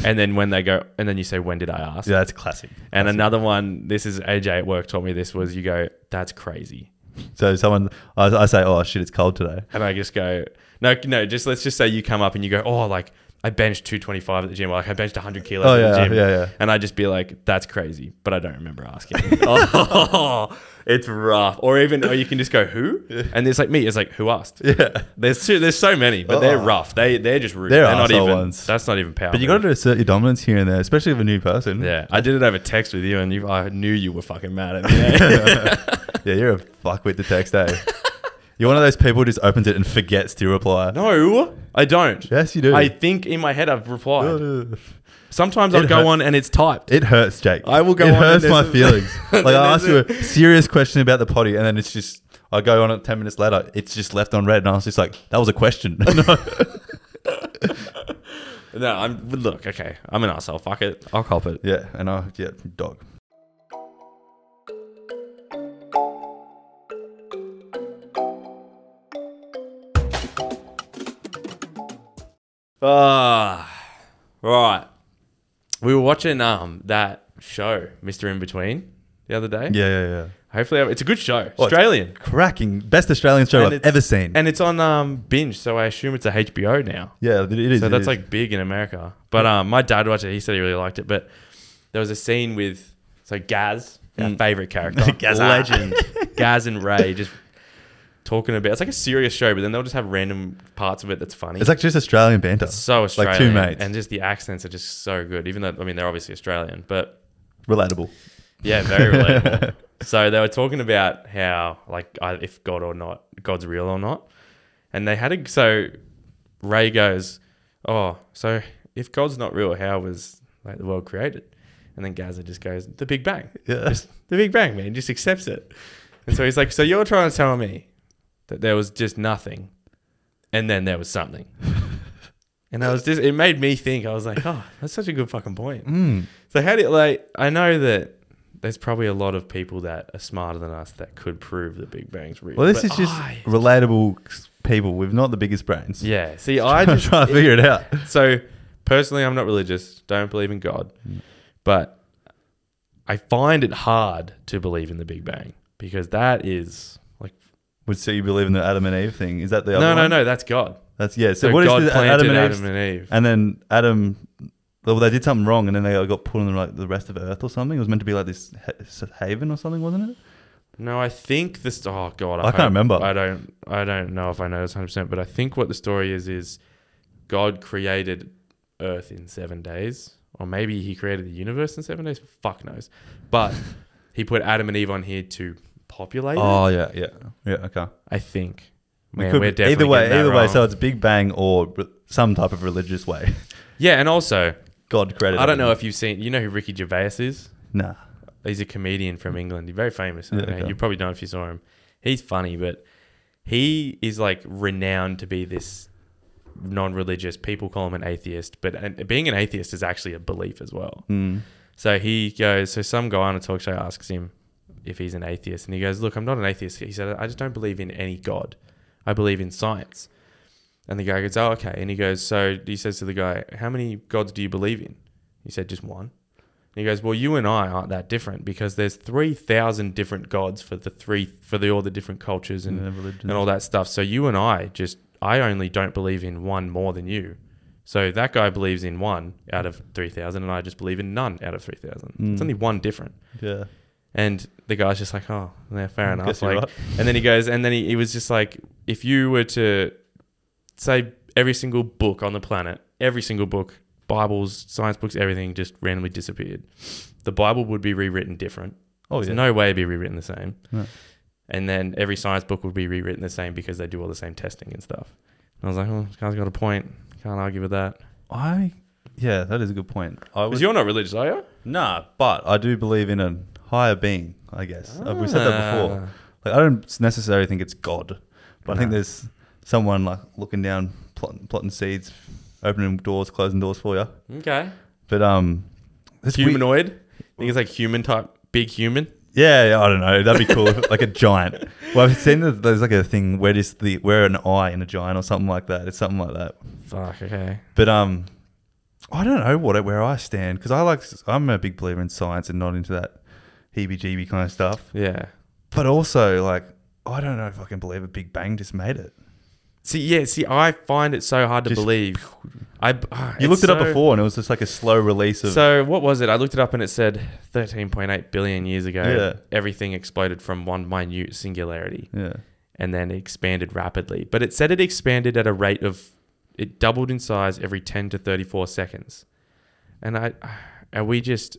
S2: and then when they go, and then you say when did I ask?
S3: Yeah, that's classic.
S2: And another one, this is AJ at work taught me this was you go, that's crazy.
S3: So someone, I, I say, oh shit, it's cold today.
S2: And I just go, no, no, just let's just say you come up and you go, oh, like I benched 225 at the gym. Like I benched 100 kilos
S3: Oh,
S2: at the
S3: yeah,
S2: gym.
S3: yeah, yeah.
S2: And I'd just be like, that's crazy. But I don't remember asking. oh, it's rough. Or even, or you can just go, who? And it's like me. It's like, who asked?
S3: Yeah.
S2: There's so, there's so many, but they're
S3: Oh.
S2: rough. They, they're just rude.
S3: They're
S2: not
S3: arsehole
S2: even,
S3: ones.
S2: That's not even power.
S3: But you got to assert your dominance here and there, especially with a new person.
S2: Yeah. I did it over text with you and you, I knew you were fucking mad at me.
S3: Yeah, you're a fuckwit to text, eh? you're one of those people who just opens it and forgets to reply.
S2: no, I don't.
S3: Yes, you do.
S2: I think in my head I've replied. Sometimes
S3: It
S2: I'll go
S3: hurt-
S2: on and it's typed.
S3: It hurts, Jake.
S2: I will go
S3: It
S2: on and
S3: hurts my
S2: there's a-
S3: feelings. like
S2: Then
S3: I ask you
S2: there's
S3: a serious question about the potty, and then it's just I go on it ten minutes later. It's just left on red, and I was just like, "That was a question."
S2: No, I'm look, okay. I'm an asshole. Fuck it. I'll cop it.
S3: yeah, and I yeah, dog.
S2: Ah, right. We were watching um that show, Mister In Between, the other day.
S3: Yeah, yeah, yeah.
S2: Hopefully, I- it's a good show.
S3: Well, it's-
S2: Australian,
S3: Cracking, best Australian show
S2: And
S3: I've
S2: it's-
S3: ever seen.
S2: and it's on um binge, so I assume it's a HBO now.
S3: yeah, it is.
S2: So
S3: it
S2: that's
S3: is.
S2: like big in America. But um, my dad watched it. He said he really liked it. But there was a scene with so Gaz, our favorite character,
S3: Mm. Gaz. ah.
S2: legend, Gaz and Ray just talking about. It's like a serious show, but then they'll just have random parts of it that's funny.
S3: it's like just Australian banter.
S2: so Australian,
S3: like two mates,
S2: and just the accents are just so good. Even though I mean they're obviously Australian, but
S3: relatable.
S2: yeah, very relatable. so they were talking about how like I- if God or not, God's real or not, and they had a so Ray goes, oh, so if God's not real, how was like the world created? And then Gaza just goes, the Big Bang,
S3: Yeah.
S2: Just the Big Bang, man, just accepts it. And so he's like, so you're trying to tell me that there was just nothing, and then there was something. And I was just, it made me think. I was like, oh, that's such a good fucking point.
S3: Mm.
S2: So how do you, like? I know that there's probably a lot of people that are smarter than us that could prove the Big Bang's real.
S3: Well, this
S2: but
S3: is just
S2: I-
S3: relatable people with not the biggest brains.
S2: yeah. See, I
S3: I'm
S2: just
S3: trying to figure it out.
S2: so personally, I'm not religious. Don't believe in God,
S3: Mm.
S2: but I find it hard to believe in the Big Bang because that is like
S3: Would so you believe in the Adam and Eve thing? Is that the other
S2: no,
S3: one?
S2: no, no. That's God.
S3: That's yeah. So,
S2: So
S3: what is
S2: God
S3: the
S2: planted
S3: Adam and,
S2: Adam
S3: Eve's-
S2: and Eve.
S3: and then Adam, well, they did something wrong, and then they got put on like the rest of Earth or something. It was meant to be like this ha- haven or something, wasn't it?
S2: No, I think this. Oh God, I,
S3: can't
S2: hope-
S3: remember.
S2: I don't. I don't know if I know this hundred percent, but I think what the story is is God created Earth in seven days, or maybe He created the universe in seven days. Fuck knows, but He put Adam and Eve on here to populate. it,
S3: Oh yeah, yeah, yeah. Okay.
S2: I think.
S3: We
S2: Man,
S3: could
S2: we're
S3: be-
S2: definitely
S3: either way,
S2: getting that
S3: either way.
S2: wrong.
S3: So it's Big Bang or re- some type of religious way.
S2: yeah, and also
S3: God created.
S2: I don't know
S3: everything.
S2: if you've seen. You know who Ricky Gervais is?
S3: nah.
S2: He's a comedian from England. He's very famous.
S3: Yeah,
S2: I don't know.
S3: okay.
S2: You probably don't if you saw him. He's funny, but he is like renowned to be this non-religious. People call him an atheist, but and being an atheist is actually a belief as well.
S3: Mm.
S2: So he goes. So some guy on a talk show asks him if he's an atheist, and he goes, "Look, I'm not an atheist." He said, "I just don't believe in any god. I believe in science." And the guy goes, "Oh, okay." And he goes, "So he says to the guy, how many gods do you believe in?" He said, "Just one." And he goes, "Well, you and I aren't that different because there's three thousand different gods for the three for the all the different cultures and
S3: Yeah, religions.
S2: and all that stuff. So you and I just I only don't believe in one more than you. So that guy believes in one out of three thousand, and I just believe in none out of three thousand. It's only one different.
S3: Yeah.
S2: And the guy's just like, oh, yeah, fair enough.
S3: Mm, guess you're
S2: Like,
S3: right.
S2: and then he goes, and then he, he was just like, if you were to say every single book on the planet, every single book, Bibles, science books, everything just randomly disappeared, the Bible would be rewritten different.
S3: Oh
S2: There's
S3: yeah.
S2: no way it'd be rewritten the same.
S3: No.
S2: And then every science book would be rewritten the same because they do all the same testing and stuff. And I was like, oh, this guy's got a point. Can't argue with that.
S3: I. Yeah, that is a good point. I
S2: Because
S3: was
S2: you're not religious, are you?
S3: nah, but I do believe in a higher being. I guess Uh, we've said that before.
S2: Ah.
S3: Like I don't necessarily think it's God, but I think
S2: No.
S3: there's someone like looking down, plotting, plotting seeds, opening doors, closing doors for you.
S2: Okay.
S3: But um, it's weird-
S2: Humanoid. I think it's like human type, big human.
S3: Yeah, yeah, I don't know. That'd be cool, like a giant. Well, I've seen that there's like a thing where just the where an eye in a giant or something like that. It's something like that.
S2: Fuck, okay.
S3: But um, I don't know what where I stand because I like I'm a big believer in science and not into that heebie-jeebie kind of stuff.
S2: Yeah.
S3: But also like I don't know if I can believe a Big Bang just made it.
S2: See, yeah, see, I find it so hard to
S3: Just-
S2: believe. I ah,
S3: You
S2: it's
S3: looked it up
S2: so-
S3: before, and it was just like a slow release of.
S2: So what was it? I looked it up and it said 13.8 billion years ago,
S3: Yeah.
S2: everything exploded from one minute singularity,
S3: yeah.
S2: and then it expanded rapidly. But it said it expanded at a rate of it doubled in size every 10 to 34 seconds. And I, are we just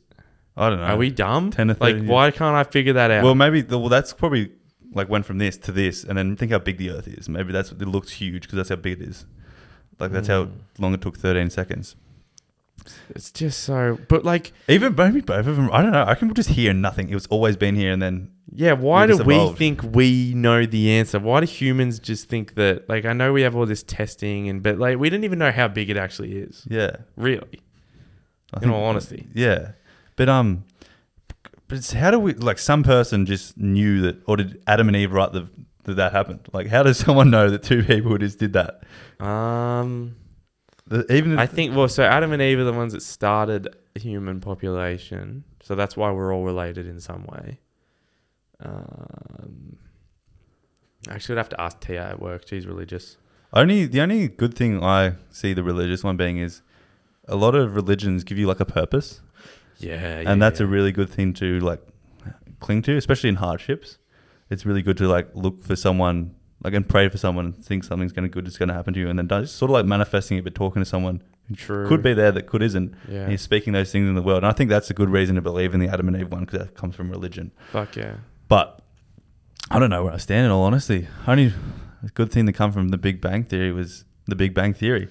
S3: I don't know.
S2: are we dumb?
S3: 10 Uh, to
S2: like
S3: 30
S2: why can't I figure that out?
S3: Well, maybe the, well, that's probably like went from this to this, and then think how big the Earth is. Maybe that's it looks huge because that's how big it is. Like that's how
S2: Hmm.
S3: long it took 13 seconds.
S2: it's just so. But like,
S3: Even maybe both of them. I don't know. I can just hear nothing. It was always been here, and then
S2: yeah, why
S3: We
S2: do
S3: just
S2: we
S3: evolved.
S2: think we know the answer? Why do humans just think that? Like, I know we have all this testing and, but like, we didn't even know how big it actually is.
S3: yeah.
S2: Really,
S3: I
S2: in all honesty.
S3: Yeah, but um, but it's, how do we like some person just knew that, or did Adam and Eve write the that that happened? Like, how does someone know that two people just did that?
S2: Um,
S3: The- Even if,
S2: I think well, so Adam and Eve are the ones that started human population, so that's why we're all related in some way. Um, actually, I'd have to ask Tia at work. She's religious.
S3: Only the only good thing I see the religious one being is a lot of religions give you like a purpose,
S2: Yeah,
S3: and that's a really good thing to like cling to, especially in hardships. It's really good to like look for someone, like and pray for someone, and think something's going to good is going to happen to you, and then don't- just sort of like manifesting it, but talking to someone who
S2: True.
S3: could be there that could isn't.
S2: Yeah.
S3: And he's speaking those things in the world, and I think that's a good reason to believe in the Adam and Eve one because that comes from religion.
S2: fuck yeah.
S3: But I don't know where I stand in all honesty. Only a good thing to come from the Big Bang Theory was the Big Bang Theory.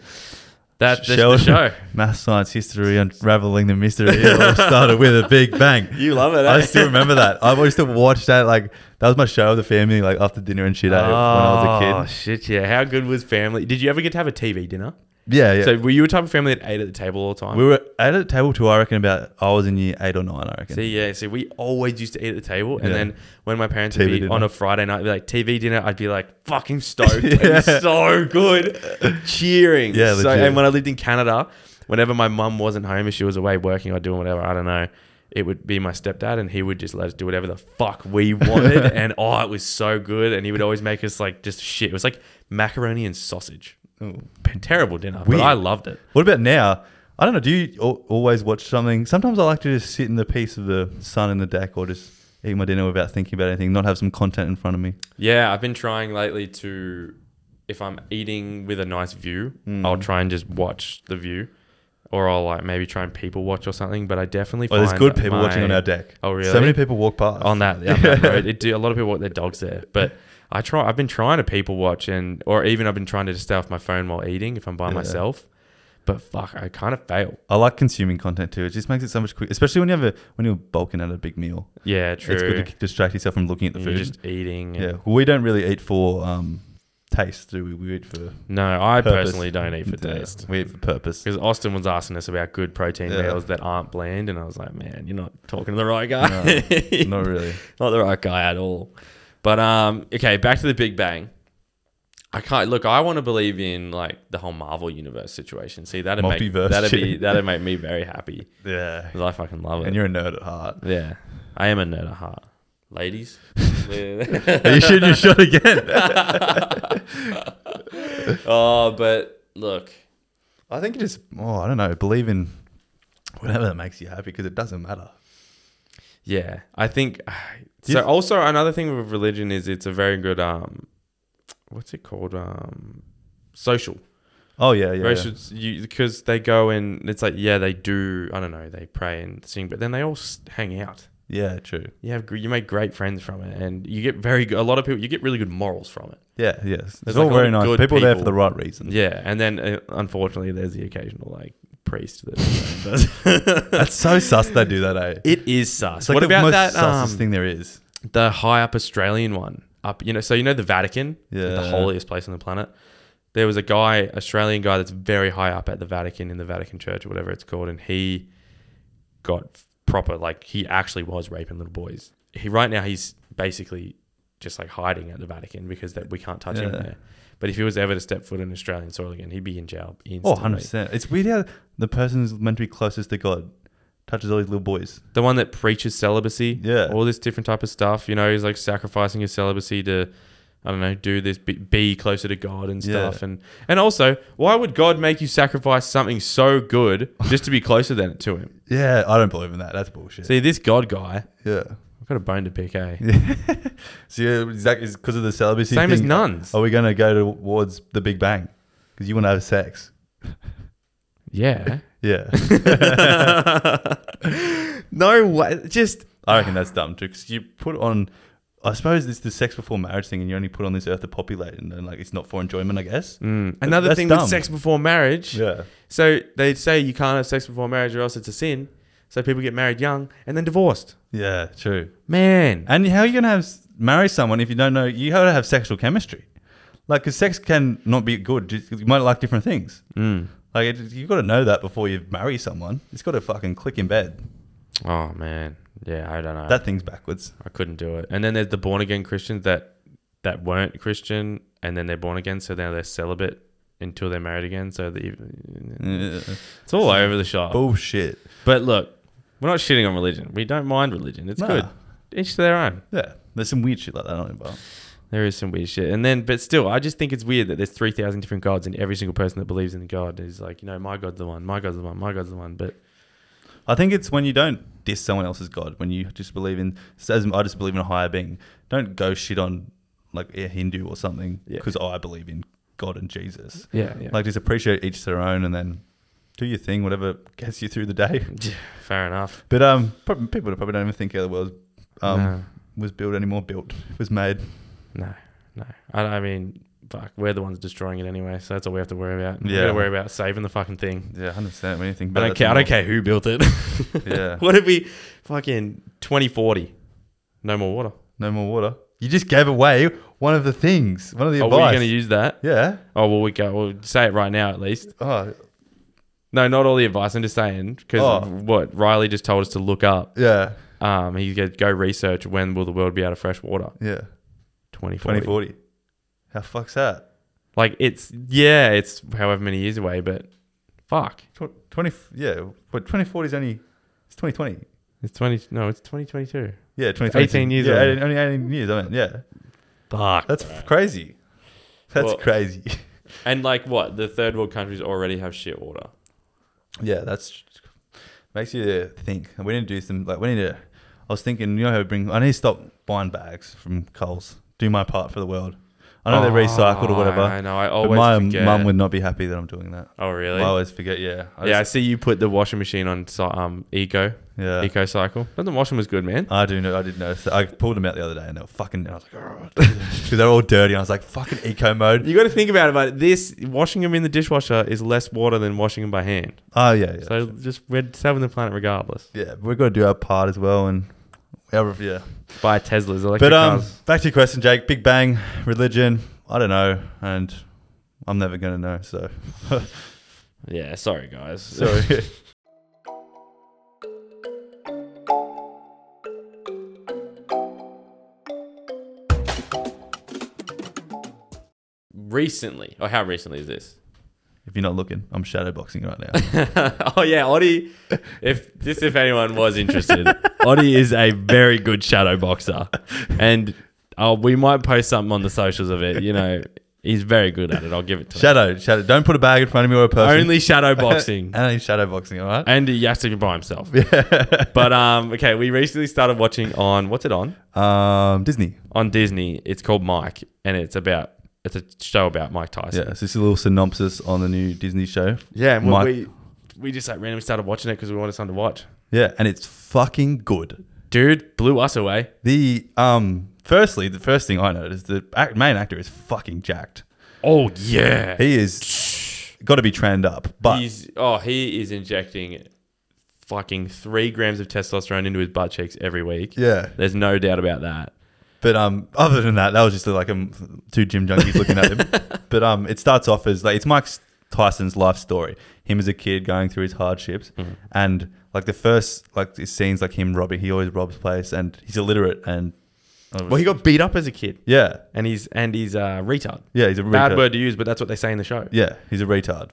S2: That that's the
S3: Sheldon.
S2: show.
S3: Math, science, history, unraveling the mystery it all started with a Big Bang.
S4: You love it,
S3: I
S4: eh?
S3: still remember that. I used to watch that. Like that was my show of the family, like after dinner and shit. eh, when I
S2: Oh
S3: was a
S2: shit! Yeah, how good was family? Did you ever get to have a TV dinner?
S3: kid. Yeah, yeah.
S2: So were you a type of family that ate at the table all the time?
S3: we were at a table two. I reckon about I was in year eight or nine. I reckon.
S2: See, yeah, see, we always used to eat at the table, and
S3: Yeah.
S2: then when my parents
S3: TV
S2: would be
S3: dinner.
S2: on a Friday night, be like TV dinner, I'd be like fucking stoked, It was so good, cheering.
S3: Yeah,
S2: so,
S3: legit.
S2: and when I lived in Canada, whenever my mum wasn't home, if she was away working or doing whatever, I don't know. It would be my stepdad, and he would just let us do whatever the fuck we wanted. and oh, it was so good. And he would always make us like just shit. It was like macaroni and sausage. Terrible dinner,
S3: Weird.
S2: but I loved it.
S3: What about now? I don't know. Do you al- always watch something? Sometimes I like to just sit in the piece of the sun in the deck or just eat my dinner without thinking about anything, not have some content in front of me.
S2: Yeah, I've been trying lately to, if I'm eating with a nice view,
S3: Hmm.
S2: I'll try and just watch the view, or I'll like maybe try and people watch or something. But I definitely
S3: Oh, there's
S2: find
S3: good
S2: that
S3: people watching on
S2: my-
S3: our deck.
S2: Oh, really?
S3: So many people walk past.
S2: on that, on that road. It do, a lot of people walk their dogs there, but I try. I've been trying to people watch and, or even I've been trying to just stay off my phone while eating if I'm by myself. But fuck, I kind of fail.
S3: I like consuming content too. It just makes it so much quicker, especially when you have a when you're bulking at a big meal.
S2: Yeah, true.
S3: It's good to distract yourself from looking at the
S2: You're
S3: food.
S2: just eating. and-
S3: yeah. Well, we don't really eat for um, taste, do we? We eat for
S2: No, I
S3: Purpose.
S2: personally don't eat for
S3: Yeah,
S2: taste.
S3: We eat for purpose.
S2: Because Austin was asking us about good protein
S3: Yeah.
S2: meals that aren't bland, and I was like, "Man, you're not talking to the right guy.
S3: Not really.
S2: not the right guy at all." But um, okay, back to the Big Bang. I can't look. I want to believe in like the whole Marvel universe situation. See, that'd make
S3: Multiverse
S2: that'd be
S3: shit.
S2: that'd make me very happy
S3: Yeah.
S2: 'cause I fucking love it.
S3: And you're a nerd at heart.
S2: yeah, I am a nerd at heart, ladies.
S3: Are you shooting your shot again?
S2: oh, but look,
S3: I think you just, oh, I don't know, believe in whatever that makes you happy because it doesn't matter.
S2: Yeah, I think
S3: Do you
S2: so.
S3: th-
S2: also, another thing with religion is it's a very good um, what's it called um, social.
S3: Oh yeah, yeah.
S2: Very
S3: yeah.
S2: should- you because they go and it's like yeah they do I don't know they pray and sing but then they all s- hang out.
S3: Yeah, true.
S2: You have gr- you make great friends from it and you get very good, a lot of people you get really good morals from it.
S3: Yeah, yes. It's
S2: like
S3: all
S2: a lot
S3: very
S2: of
S3: nice. People,
S2: good
S3: there for
S2: people.
S3: the right reasons.
S2: Yeah, and then uh, unfortunately there's the occasional like priest that
S3: That's so sus they do that, eh?
S2: it is sus.
S3: It's like
S2: what
S3: the
S2: about
S3: most
S2: that
S3: sussest
S2: um,
S3: thing there is.
S2: the high up Australian one up. You know, so you know the Vatican,
S3: Yeah.
S2: the holiest place on the planet. There was a guy, Australian guy, that's very high up at the Vatican in the Vatican Church or whatever it's called, and he got proper like he actually was raping little boys. He right now he's basically just like hiding at the Vatican because that we can't touch him
S3: Yeah.
S2: there. But if he was ever to step foot in Australian soil again, he'd be in jail instantly.
S3: Oh, 100%. It's weird how the person who's meant to be closest to God touches all these little boys.
S2: the one that preaches celibacy,
S3: Yeah.
S2: all this different type of stuff. You know, he's like sacrificing his celibacy to I don't know, do this, be, be closer to God and
S3: Yeah.
S2: stuff. And and also, why would God make you sacrifice something so good just to be closer than to Him?
S3: Yeah, I don't believe in that. That's bullshit.
S2: See, this God guy,
S3: yeah.
S2: I've got a bone to pick, eh?
S3: So yeah, is that because of the celibacy?
S2: Same as
S3: thing,
S2: nuns.
S3: Are we going to go towards the Big Bang? Because you want to have sex.
S2: Yeah.
S3: Yeah,
S4: No way. Just
S3: I reckon that's dumb too. Because you put on, I suppose it's the sex before marriage thing, and you only put on this earth to populate, and then like it's not for enjoyment, I guess.
S2: Mm. Another
S3: That's
S2: thing
S3: dumb.
S2: with sex before marriage.
S3: Yeah,
S2: So they say you can't have sex before marriage or else it's a sin. So people get married young and then divorced.
S3: yeah, true.
S2: Man.
S3: And how are you going to have marry someone if you don't know? You got to have sexual chemistry. Like, because sex can not be good. Just- You might like different things.
S2: Mm.
S3: Like, it, you've got to know that before you marry someone. It's got to fucking click in bed.
S2: Oh, man. Yeah, I don't know.
S3: That thing's backwards.
S2: I couldn't do it. And then there's the born again Christians that that weren't Christian and then they're born again, so now they're celibate until they're married again. So the,
S3: Yeah.
S2: it's all over the shop.
S3: Bullshit.
S2: But look, we're not shitting on religion. We don't mind religion. It's
S3: Nah.
S2: good. Each to their own.
S3: Yeah, there's some weird shit like that on it, but
S2: There is some weird shit. And then, but still, I just think it's weird that there's 3,000 different gods and every single person that believes in God is like, you know, my God's the one, my God's the one, my God's the one. But
S3: I think it's when you don't diss someone else's god, when you just believe in, as I just believe in a higher being. Don't go shit on like a Hindu or something
S2: Yeah.
S3: because I believe in God and Jesus.
S2: yeah, yeah.
S3: Like just appreciate each their own, and then do your thing, whatever gets you through the day.
S2: fair enough.
S3: But um, prob- people probably don't even think how the world um,
S2: no,
S3: was built anymore. Built was made.
S2: no, no. I, I mean, fuck, we're the ones destroying it anyway. So that's all we have to worry about. We
S3: Yeah.
S2: gotta worry about saving the fucking thing.
S3: Yeah, hundred percent. Anything.
S2: I don't care. I don't care who built it.
S3: Yeah,
S2: what if we fucking 2040? No more water.
S3: no more water. You just gave away one of the things, one of the
S2: Are we
S3: advice.
S2: going to use that?
S3: yeah.
S2: Oh, well, we go. We'll say it right now at least.
S3: Oh,
S2: No, not all the advice. I'm just saying because
S3: Oh.
S2: what Riley just told us to look up.
S3: yeah,
S2: Um, he said go research when will the world be out of fresh water?
S3: yeah.
S2: 2040.
S3: Twenty forty. How fuck's that?
S2: Like it's yeah, it's however many years away, but fuck,
S3: Tw- Twenty. Yeah, but twenty forty is only. It's twenty twenty.
S2: it's 20. No, it's 2022.
S3: Yeah, twenty twenty.
S2: 18 years
S3: Yeah,
S2: old.
S3: 18 only eighteen years. I mean, yeah,
S2: Fuck.
S3: that's crazy. That's
S2: Well-
S3: crazy.
S2: And like what the third world countries already have shit water.
S3: Yeah, that's makes you think. We need to do some like we need to. I was thinking, you know, how we bring. I need to stop buying bags from Coles. Do my part for the world. I know they're recycled or whatever.
S2: Oh, I know. I
S3: but
S2: always
S3: my
S2: forget.
S3: mum would not be happy that I'm doing that.
S2: oh really?
S3: I always forget. Yeah. I
S2: yeah, I
S3: just-
S2: see you put the washing machine on so- um eco
S3: yeah. Uh,
S2: eco cycle. But the washing was good, man.
S3: I do know. I did notice. That. I pulled them out the other day, and they were fucking. I was like, because they're all dirty. And I was like, fucking eco mode.
S2: You got to think about it. But this washing them in the dishwasher is less water than washing them by hand.
S3: Oh yeah, yeah.
S2: So just we're saving the planet regardless.
S3: yeah, we've got to do our part as well, and our, yeah.
S2: Buy Teslas, electric
S3: But um,
S2: cars.
S3: back to your question, Jake. Big Bang, religion. I don't know, and I'm never gonna know. So
S2: Yeah, sorry guys.
S3: sorry.
S2: recently, or how recently is this?
S3: if you're not looking, I'm shadowboxing right now.
S2: oh yeah, Oddy. If just if anyone was interested, Oddy is a very good shadow boxer, and uh, we might post something on the socials of it. You know, he's very good at it. I'll give it to him.
S3: shadow, shadow. Don't put a bag in front of me or a person.
S2: Only shadow boxing.
S3: and only shadowboxing. All right.
S2: And he has to be by himself. But um, okay, we recently started watching on what's it on?
S3: Um, Disney.
S2: on Disney. It's called Mike, and it's about it's a show about Mike
S3: Yeah,
S2: Tyson.
S3: so this is a little synopsis on the new Disney show.
S2: Yeah,
S3: Mike-
S2: we we just like randomly started watching it because we wanted something to watch.
S3: Yeah, and it's fucking good.
S2: Dude blew us away.
S3: The um, firstly, the first thing I noticed the act, main actor is fucking jacked.
S2: Oh yeah,
S3: He is got to be trained up, but
S2: he's oh he is injecting fucking three grams of testosterone into his butt cheeks every week.
S3: yeah.
S2: There's no doubt about that.
S3: But um, other than that, that was just like um, two gym junkies looking at him. But um, it starts off as like it's Mike Tyson's life story. Him as a kid going through his hardships,
S2: Mm-hmm.
S3: and like the first like it scenes like him robbing. He always robs place, and he's illiterate. And
S2: Well, he got beat up as a kid,
S3: yeah,
S2: and he's and he's uh, retard.
S3: yeah, he's a
S2: Bad
S3: retard.
S2: word to use, but that's what they say in the show.
S3: Yeah, he's a retard,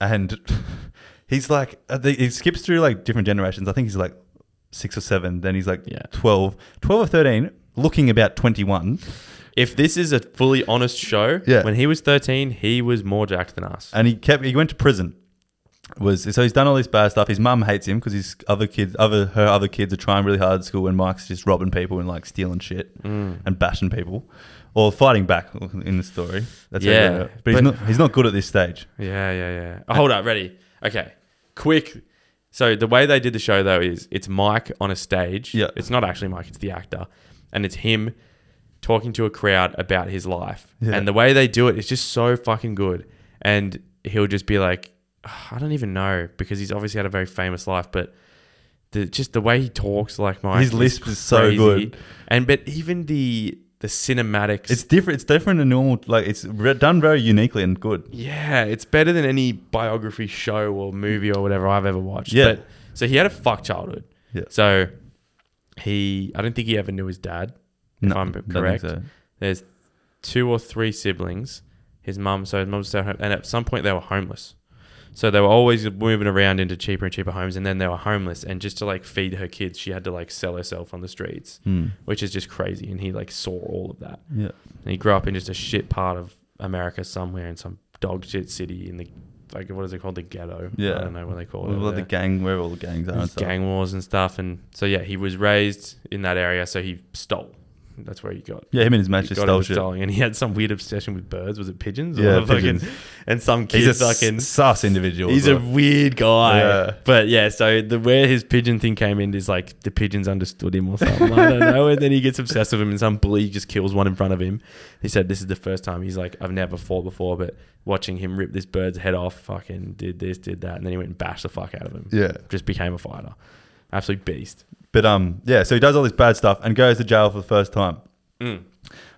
S3: and he's like I think he skips through like different generations. I think he's like six or seven. Then he's like
S2: Yeah.
S3: 12, 12 or thirteen, looking about twenty one.
S2: If this is a fully honest show,
S3: Yeah.
S2: when he was 13, he was more jacked than us.
S3: and he kept he went to prison. Was so he's done all this bad stuff. His mum hates him because his other kids, other her other kids are trying really hard at school, and Mike's just robbing people and like stealing shit
S2: Mm.
S3: and bashing people, or fighting back in the story. That's how he
S2: Yeah,
S3: got it. but, he's
S2: but-
S3: not he's not good at this stage.
S2: Yeah, yeah, yeah. Oh, hold up, ready? Okay, quick. So the way they did the show though is it's Mike on a stage.
S3: Yeah.
S2: it's not actually Mike; it's the actor, and it's him talking to a crowd about his life.
S3: Yeah.
S2: And the way they do it is just so fucking good. And he'll just be like, "Ugh, I don't even know, because he's obviously had a very famous life, but. The, just the way he talks, like Mike,
S3: His
S2: is
S3: lisp is so good.
S2: and but even the the cinematics,
S3: It's different. It's different than normal. Like it's re- done very uniquely and good.
S2: yeah, it's better than any biography show or movie or whatever I've ever watched.
S3: Yeah.
S2: But, so he had a fuck childhood.
S3: Yeah.
S2: So he, I don't think he ever knew his dad. If I'm
S3: don't think
S2: correct.
S3: so.
S2: There's two or three siblings. His mum, so his mum's still home, and at some point they were homeless. So they were always moving around into cheaper and cheaper homes, and then they were homeless. And just to like feed her kids, she had to like sell herself on the streets,
S3: Hmm.
S2: which is just crazy. And he like saw all of that.
S3: Yeah.
S2: And he grew up in just a shit part of America somewhere in some dog shit city in the like what is it called? The ghetto.
S3: Yeah.
S2: I don't know what they call it.
S3: Well,
S2: over
S3: the
S2: there.
S3: gang where all the gangs are. And
S2: There's
S3: stuff.
S2: gang wars and stuff. And so yeah, he was raised in that area, so he stole. That's where he got
S3: Yeah, him and his mates
S2: he
S3: just
S2: got
S3: stole
S2: him
S3: shit.
S2: stealing. And he had some weird obsession with birds. Was it pigeons?
S3: Yeah,
S2: what the fucking-
S3: pigeons.
S2: and some kid
S3: He's a
S2: fucking
S3: s- sus individual.
S2: He's
S3: as
S2: a
S3: well.
S2: weird guy.
S3: Yeah.
S2: But yeah, so the where his pigeon thing came in is like the pigeons understood him or something. I don't know. And then he gets obsessed with him and some bully just kills one in front of him. He said this is the first time he's like, I've never fought before, but watching him rip this bird's head off, fucking did this, did that, and then he went and bashed the fuck out of him.
S3: yeah.
S2: Just became a fighter. Absolute beast.
S3: But um, yeah, so he does all this bad stuff and goes to jail for the first time.
S2: Mm.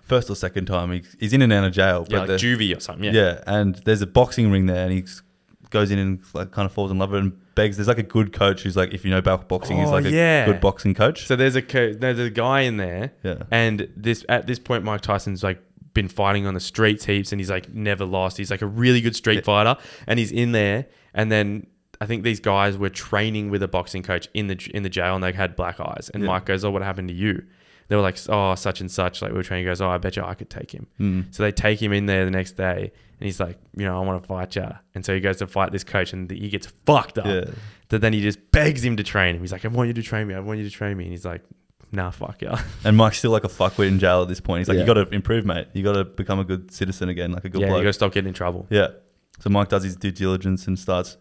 S3: First or second time, he's, he's in and out of jail.
S2: Yeah,
S3: but
S2: like
S3: the-
S2: juvie or something.
S3: yeah.
S2: Yeah.
S3: and there's a boxing ring there, and he s- goes in and like kind of falls in love with it and begs. There's like a good coach who's like, if you know about boxing, he's
S2: Oh,
S3: like a
S2: yeah.
S3: good boxing coach.
S2: So there's a co- there's a guy in there,
S3: Yeah.
S2: and this at this point, Mike Tyson's like been fighting on the streets heaps, and he's like never lost. He's like a really good street fighter, and he's in there, and then. I think these guys were training with a boxing coach in the in the jail, and they had black eyes. And Mike goes, "Oh, what happened to you?" They were like, "Oh, such and such." Like we were training, he goes, "Oh, I bet you I could take him." So they take him in there the next day, and he's like, "You know, I want to fight you." And so he goes to fight this coach, and he gets fucked up
S3: Yeah.
S2: that then he just begs him to train him. He's like, I want you to train me. I want you to train me. And he's like, nah, fuck yeah.
S3: and Mike's still like a fuckwit in jail at this point. He's like,
S2: Yeah.
S3: you got to improve, mate. You got to become a good citizen again, like a good
S2: yeah, you
S3: bloke.
S2: gotta stop getting in trouble.
S3: yeah. So Mike does his due diligence and starts.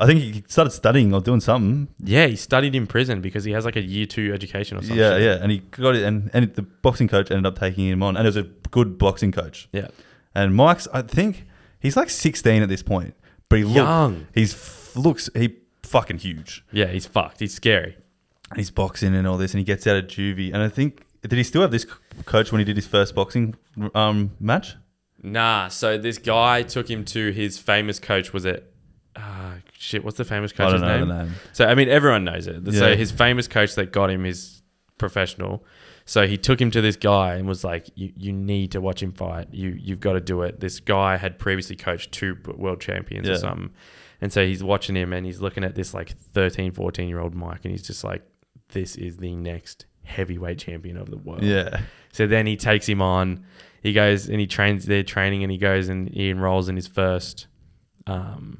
S3: I think he started studying or doing something.
S2: Yeah, he studied in prison because he has like a year two education or something.
S3: Yeah, yeah, and he got it, and, and the boxing coach ended up taking him on, and it was a good boxing coach.
S2: Yeah.
S3: And Mike's, I think he's like 16 at this point, but he
S2: Young.
S3: look, he's f- looks he fucking huge.
S2: Yeah, he's fucked. He's scary.
S3: And he's boxing and all this, and he gets out of juvie. And I think did he still have this c- coach when he did his first boxing um, match?
S2: Nah, so this guy took him to his famous coach, was it? Uh, shit, what's the famous
S3: I
S2: coach's
S3: don't know
S2: name?
S3: the name.
S2: So I mean, everyone knows it.
S3: Yeah.
S2: So his famous coach that got him is professional. So he took him to this guy and was like, "You, you need to watch him fight. You you've got to do it." This guy had previously coached two b- world champions
S3: Yeah.
S2: or something, and so he's watching him and he's looking at this like 13, 14 year old Mike, and he's just like, "This is the next heavyweight champion of the world."
S3: Yeah,
S2: So then he takes him on. He goes and he trains. They're training and he goes and he enrolls in his first um,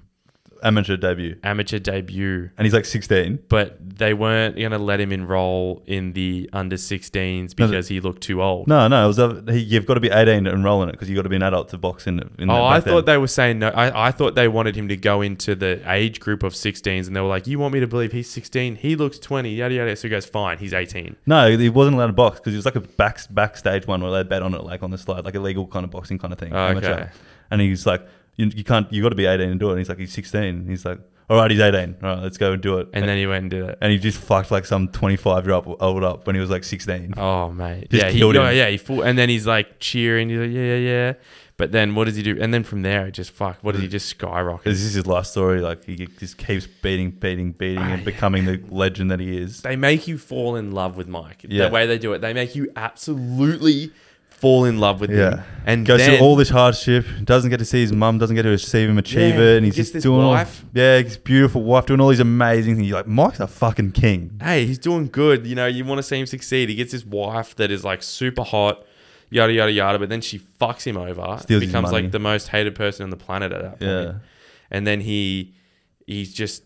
S3: amateur debut,
S2: amateur debut
S3: and he's like 16.
S2: but they weren't going to let him enroll in the under 16s
S3: No,
S2: because he looked too old.
S3: No, no, it was uh, he, you've got to be 18 to enroll in it because you've got to be an adult to box in. in
S2: Oh, I thought
S3: that.
S2: they were saying no. I, I thought they wanted him to go into the age group of 16s, and they were like, "You want me to believe he's 16? He looks 20." Yada yada. So he goes, "Fine, he's 18."
S3: No, he wasn't allowed to box because it was like a back backstage one where they bet on it, like on the slide, like illegal kind of boxing kind of thing.
S2: Oh,
S3: amateur.
S2: okay.
S3: And he's like, you, you can't, you got to be 18 and do it. And he's like, he's 16. And he's like, all right, he's 18. All right, let's go and do it.
S2: And then he went and did it.
S3: and he just fucked like some 25 year old old up when he was like 16.
S2: Oh mate,
S3: Just
S2: yeah, he,
S3: killed
S2: no,
S3: him.
S2: yeah, he full, and then he's like cheering. He's like, "Yeah, yeah, yeah." But then what does he do? And then from there, it just fuck. What does he just skyrocket?
S3: This is his life story. Like he just keeps beating, beating, beating,
S2: Ah,
S3: and
S2: yeah.
S3: becoming the legend that he is.
S2: They make you fall in love with Mike.
S3: Yeah.
S2: The way they do it, they make you absolutely fall in love with
S3: Yeah,
S2: him. And
S3: goes
S2: then,
S3: through all this hardship. Doesn't get to see his mum. Doesn't get to see him achieve
S2: Yeah,
S3: it. And
S2: he
S3: he's
S2: gets
S3: just
S2: this
S3: doing, all-
S2: wife.
S3: yeah, his beautiful wife doing all these amazing things. You're like, Mike's a fucking king.
S2: hey, he's doing good. You know, you want to see him succeed. He gets his wife that is like super hot. yada yada yada. But then she fucks him over,
S3: Steals his
S2: becomes
S3: money.
S2: like the most hated person on the planet at that point.
S3: Yeah.
S2: And then he, he's just,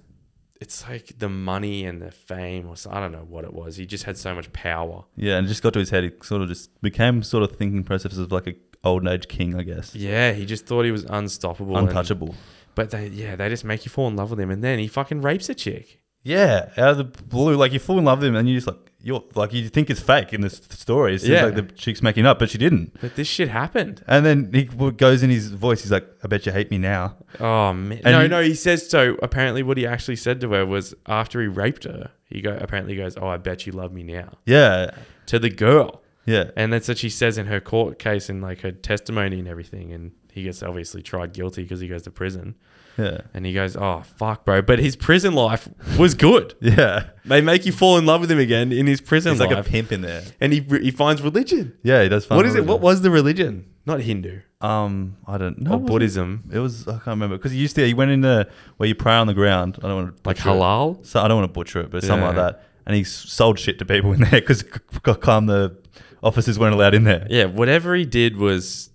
S2: it's like the money and the fame, or so, I don't know what it was. He just had so much power.
S3: Yeah, and it just got to his head. It sort of just became sort of thinking process of like a old age king, I guess.
S2: Yeah, he just thought he was unstoppable, and-
S3: Untouchable.
S2: but they, yeah, they just make you fall in love with him, and then he fucking rapes a chick.
S3: Yeah, out of the blue, like you fall in love with him, and you just like you're like you think it's fake in this story. It seems
S2: Yeah.
S3: like the chick's making up, but she didn't.
S2: But this shit happened.
S3: And then he w- goes in his voice. He's like, "I bet you hate me now."
S2: Oh man!
S3: And
S2: no,
S3: he-
S2: no. He says so. Apparently, what he actually said to her was after he raped her, he go apparently goes, "Oh, I bet you love me now,"
S3: Yeah,
S2: to the girl,
S3: yeah,
S2: and that's what she says in her court case and like her testimony and everything. And he gets obviously tried guilty because he goes to prison.
S3: yeah,
S2: And he goes, "Oh fuck, bro!" But his prison life was good.
S3: yeah.
S2: they make you fall in love with him again in his prison
S3: He's
S2: life,
S3: like a pimp in there.
S2: and he he finds religion.
S3: Yeah, he does. Find
S2: what is it? What
S3: religion.
S2: was the religion? Not Hindu
S3: Um, I don't know.
S2: or Buddhism,
S3: It was I can't remember because he used to. He went in there where you pray on the ground. I don't want to
S2: like
S3: butcher it.
S2: halal.
S3: So I don't want to butcher it, but something like
S2: Yeah.
S3: that. And he s- sold shit to people in there because calm the officers weren't allowed in there.
S2: Yeah, whatever he did was,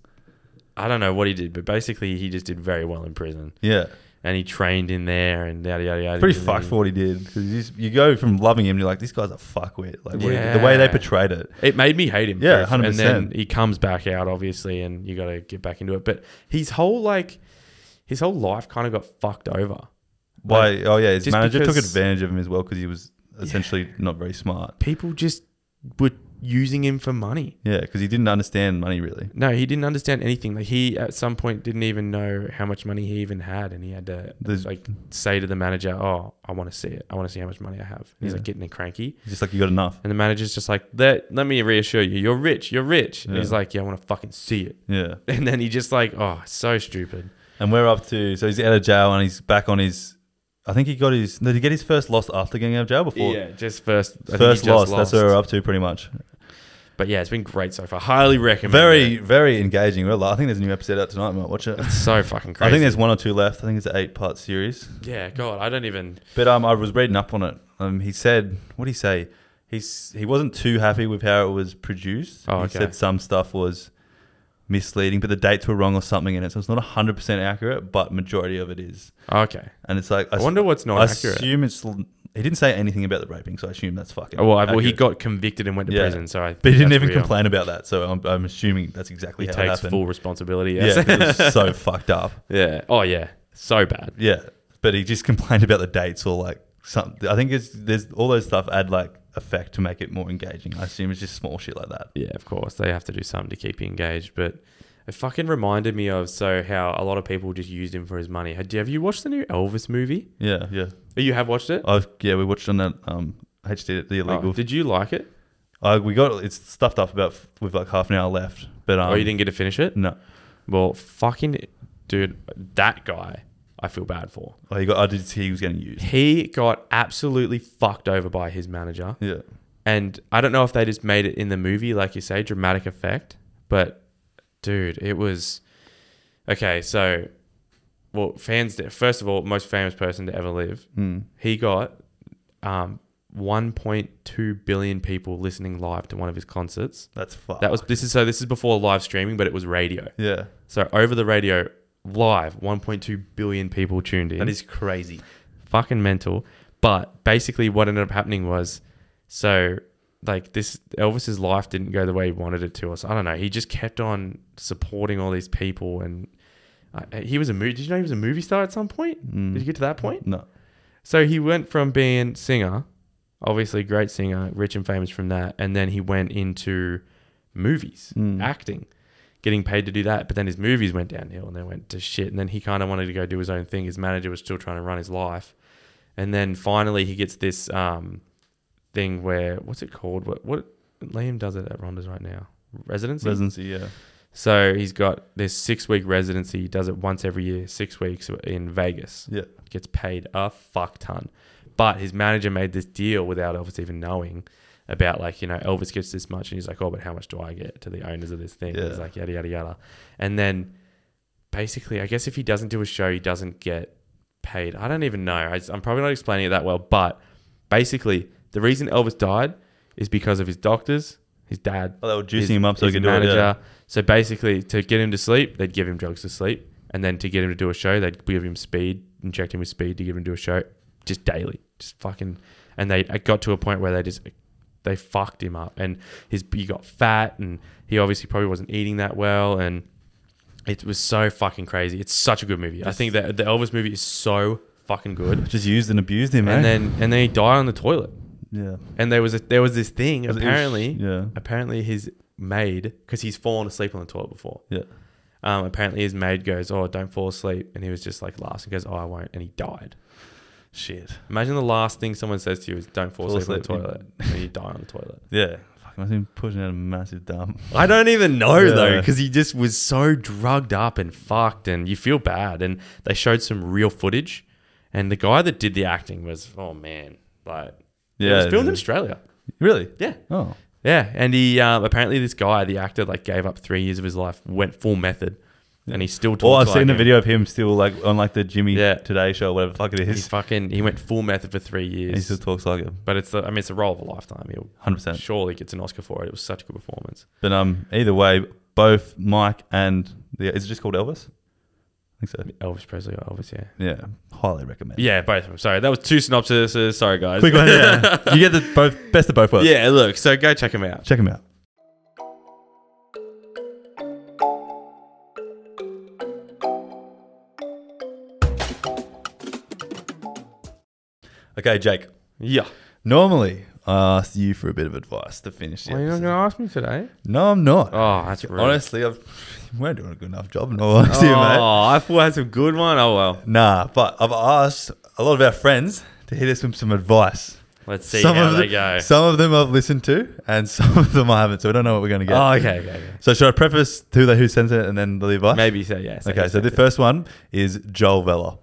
S2: I don't know what he did, but basically he just did very well in prison,
S3: Yeah,
S2: and he trained in there and yada yada yada.
S3: pretty
S2: And
S3: fucked
S2: he-
S3: for what he did because you, just- you go from loving him, you're like, this guy's a fuckwit. Like what he did- the way they
S2: Yeah.
S3: portrayed it.
S2: It made me hate him.
S3: Yeah,
S2: for- And then
S3: 100%.
S2: he comes back out, obviously, and you got to get back into it. But his whole like, his whole life kind of got fucked over.
S3: Why? oh yeah, his
S2: just
S3: manager took
S2: because-
S3: advantage of him as well because he was essentially not very smart.
S2: People just were using him for money.
S3: Yeah, because he didn't understand money really.
S2: No, he didn't understand anything. Like he at some point didn't even know how much money he even had, and he had to
S3: There's-
S2: like say to the manager, "Oh, I want to see it. I want to see how much money I have." And He's
S3: Yeah.
S2: like getting cranky.
S3: He's just like you got enough.
S2: And the manager's just like, "Let let me reassure you, you're rich, you're rich." And he's
S3: Yeah.
S2: like, "Yeah, I want to fucking see it."
S3: Yeah,
S2: And then he just like, "Oh, so stupid."
S3: and we're up to so he's out of jail and he's back on his. I think he got his. Did he get his first loss after getting out of jail before?
S2: yeah, just first I think he
S3: First
S2: just
S3: loss. That's
S2: lost.
S3: where we're up to pretty much.
S2: But yeah, it's been great so far. Highly recommend.
S3: Very,
S2: it.
S3: very engaging. We're li- I think there's a new episode out tonight. Might watch it.
S2: so fucking crazy.
S3: I think there's one or two left. I think it's an eight-part series.
S2: yeah, God, I don't even.
S3: But um, I was reading up on it. Um, he said, what did he say? He's he wasn't too happy with how it was produced.
S2: Oh,
S3: he
S2: okay.
S3: said some stuff was misleading, but the dates were wrong or something in it. So it's not hundred percent accurate, but majority of it is.
S2: Okay,
S3: And it's like
S2: I wonder what's not
S3: I
S2: accurate.
S3: assume it's. l- He didn't say anything about the raping, so I assume that's fucking.
S2: Oh, well, I, well, he
S3: accurate.
S2: got convicted and went to
S3: Yeah.
S2: prison, so I.
S3: But he didn't
S2: that's
S3: even
S2: real.
S3: complain about that, so I'm, I'm assuming that's exactly how
S2: He
S3: it
S2: takes
S3: happened.
S2: full responsibility.
S3: yeah, 'cause
S2: Yes.
S3: it was so fucked up.
S2: Yeah. Oh yeah. So bad.
S3: Yeah, but he just complained about the dates or like something. I think it's there's all those stuff add like effect to make it more engaging. I assume it's just small shit like that.
S2: Yeah, of course. They have to do something to keep you engaged, but it fucking reminded me of so how a lot of people just used him for his money. Had- Have you watched the new Elvis movie?
S3: Yeah, yeah.
S2: Oh, You have watched it?
S3: I've yeah, we watched on that um HD the
S2: Oh,
S3: illegal.
S2: did you like it?
S3: uh, we got it's stuffed up about f- with like half an hour left, but um,
S2: oh, you didn't get to finish it?
S3: No,
S2: Well, fucking dude, that guy I feel bad for.
S3: oh, you got. I did see he was getting used.
S2: He got absolutely fucked over by his manager.
S3: Yeah,
S2: And I don't know if they just made it in the movie, like you say, dramatic effect. But dude, it was okay. So, well, fans. First of all, most famous person to ever live.
S3: Hmm.
S2: He got um, 1.2 billion people listening live to one of his concerts.
S3: that's fucked.
S2: That was this is so this is before live streaming, but it was radio.
S3: yeah.
S2: So over the radio, live, 1.2 billion people tuned in
S3: That is crazy.
S2: fucking mental. But basically, what ended up happening was, so like this Elvis's life didn't go the way he wanted it to. Or so I don't know. He just kept on supporting all these people, and uh, he was a movie. Did you know he was a movie star at some point? Did you get to that point?
S3: No.
S2: So he went from being singer, obviously great singer, rich and famous from that, and then he went into movies, acting, getting paid to do that. But then his movies went downhill and they went to shit. And then he kind of wanted to go do his own thing. His manager was still trying to run his life, and then finally he gets this um, thing where what's it called? What what Liam does it at Ronda's right now? Residency.
S3: Residency, yeah.
S2: so he's got this six week residency. He does it once every year, six weeks in Vegas
S3: Yeah.
S2: gets paid a fuck ton. But his manager made this deal without Elvis even knowing about like, you know, Elvis gets this much and he's like, Oh, but how much do I get to the owners of this thing?
S3: Yeah.
S2: He's like, yada yada yada. And then basically I guess if he doesn't do a show, he doesn't get paid. I don't even know. I, I'm probably not explaining it that well, but basically the reason Elvis died is because of his doctors his dad.
S3: Oh, they were juicing
S2: his-
S3: him up so he could
S2: his
S3: do it, yeah.
S2: So basically, to get him to sleep, they'd give him drugs to sleep, and then to get him to do a show, they'd give him speed, inject him with speed to give him to do a show, just daily, just fucking. And they it got to a point where they just they fucked him up, and his he got fat, and he obviously probably wasn't eating that well, and it was so fucking crazy. It's such a good movie. I think that the Elvis movie is so fucking good.
S3: Just used and abused him,
S2: And
S3: eh?
S2: then and then he died on the toilet.
S3: yeah.
S2: And there was a, there was this thing
S3: Was it-
S2: apparently.
S3: yeah.
S2: Apparently his maid because he's fallen asleep on the toilet before.
S3: Yeah.
S2: Um, apparently his maid goes, "Oh, don't fall asleep," and he was just like last and goes, "Oh, I won't," and he died.
S3: Shit.
S2: Imagine the last thing someone says to you is, "Don't fall,
S3: Fall
S2: asleep, on the
S3: asleep.
S2: toilet," and you die on the toilet.
S3: Yeah. Fuck, must have been pushing out a massive dump.
S2: I don't even know though, 'cause though,
S3: Yeah.
S2: because he just was so drugged up and fucked, and you feel bad. And they showed some real footage, and the guy that did the acting was, oh man, like yeah, it
S3: Yeah,
S2: was filmed
S3: yeah.
S2: in Australia.
S3: Really?
S2: Yeah,
S3: Oh.
S2: yeah, and he um, apparently this guy, the actor, like gave up three years of his life, went full method, and he still talks.
S3: Well, Oh, I've
S2: like
S3: seen a
S2: him.
S3: video of him still like on like the Jimmy
S2: Yeah.
S3: Today Show, whatever the fuck it
S2: He
S3: is.
S2: fucking he went full method for three
S3: And he
S2: years,
S3: still talks like him.
S2: but it's the I mean it's the role of a lifetime. He'll
S3: 100%.
S2: surely gets an Oscar for it. It was such a good performance.
S3: But um, either way, both Mike and the is it just called Elvis? I think so.
S2: Elvis Presley, Elvis, yeah,
S3: Yeah, highly recommend.
S2: yeah, both of them. Sorry, that was two synopses. Sorry, guys.
S3: quick one. Yeah, you get the both best of both worlds.
S2: Yeah, look, so go check him out.
S3: check them out. Okay, Jake.
S2: Yeah.
S3: Normally, I ask you for a bit of advice to finish. The
S2: Well, you're not
S3: episode.
S2: going to ask me today.
S3: No, I'm not.
S2: Oh, that's rude.
S3: Honestly, I've, you weren't doing a good enough job. No, honestly,
S2: oh,
S3: mate.
S2: I thought I had some good one. Oh, well.
S3: Nah, but I've asked a lot of our friends to hit us with some advice.
S2: Let's see
S3: some
S2: how
S3: of
S2: they
S3: them,
S2: go.
S3: Some of them I've listened to, and some of them I haven't. So we don't know what we're going to get.
S2: oh, okay, okay, okay.
S3: So should I preface who they who sends it and then the advice?
S2: Maybe so, yeah. so
S3: Okay.
S2: yes,
S3: So the
S2: yes,
S3: first one is Joel Vella.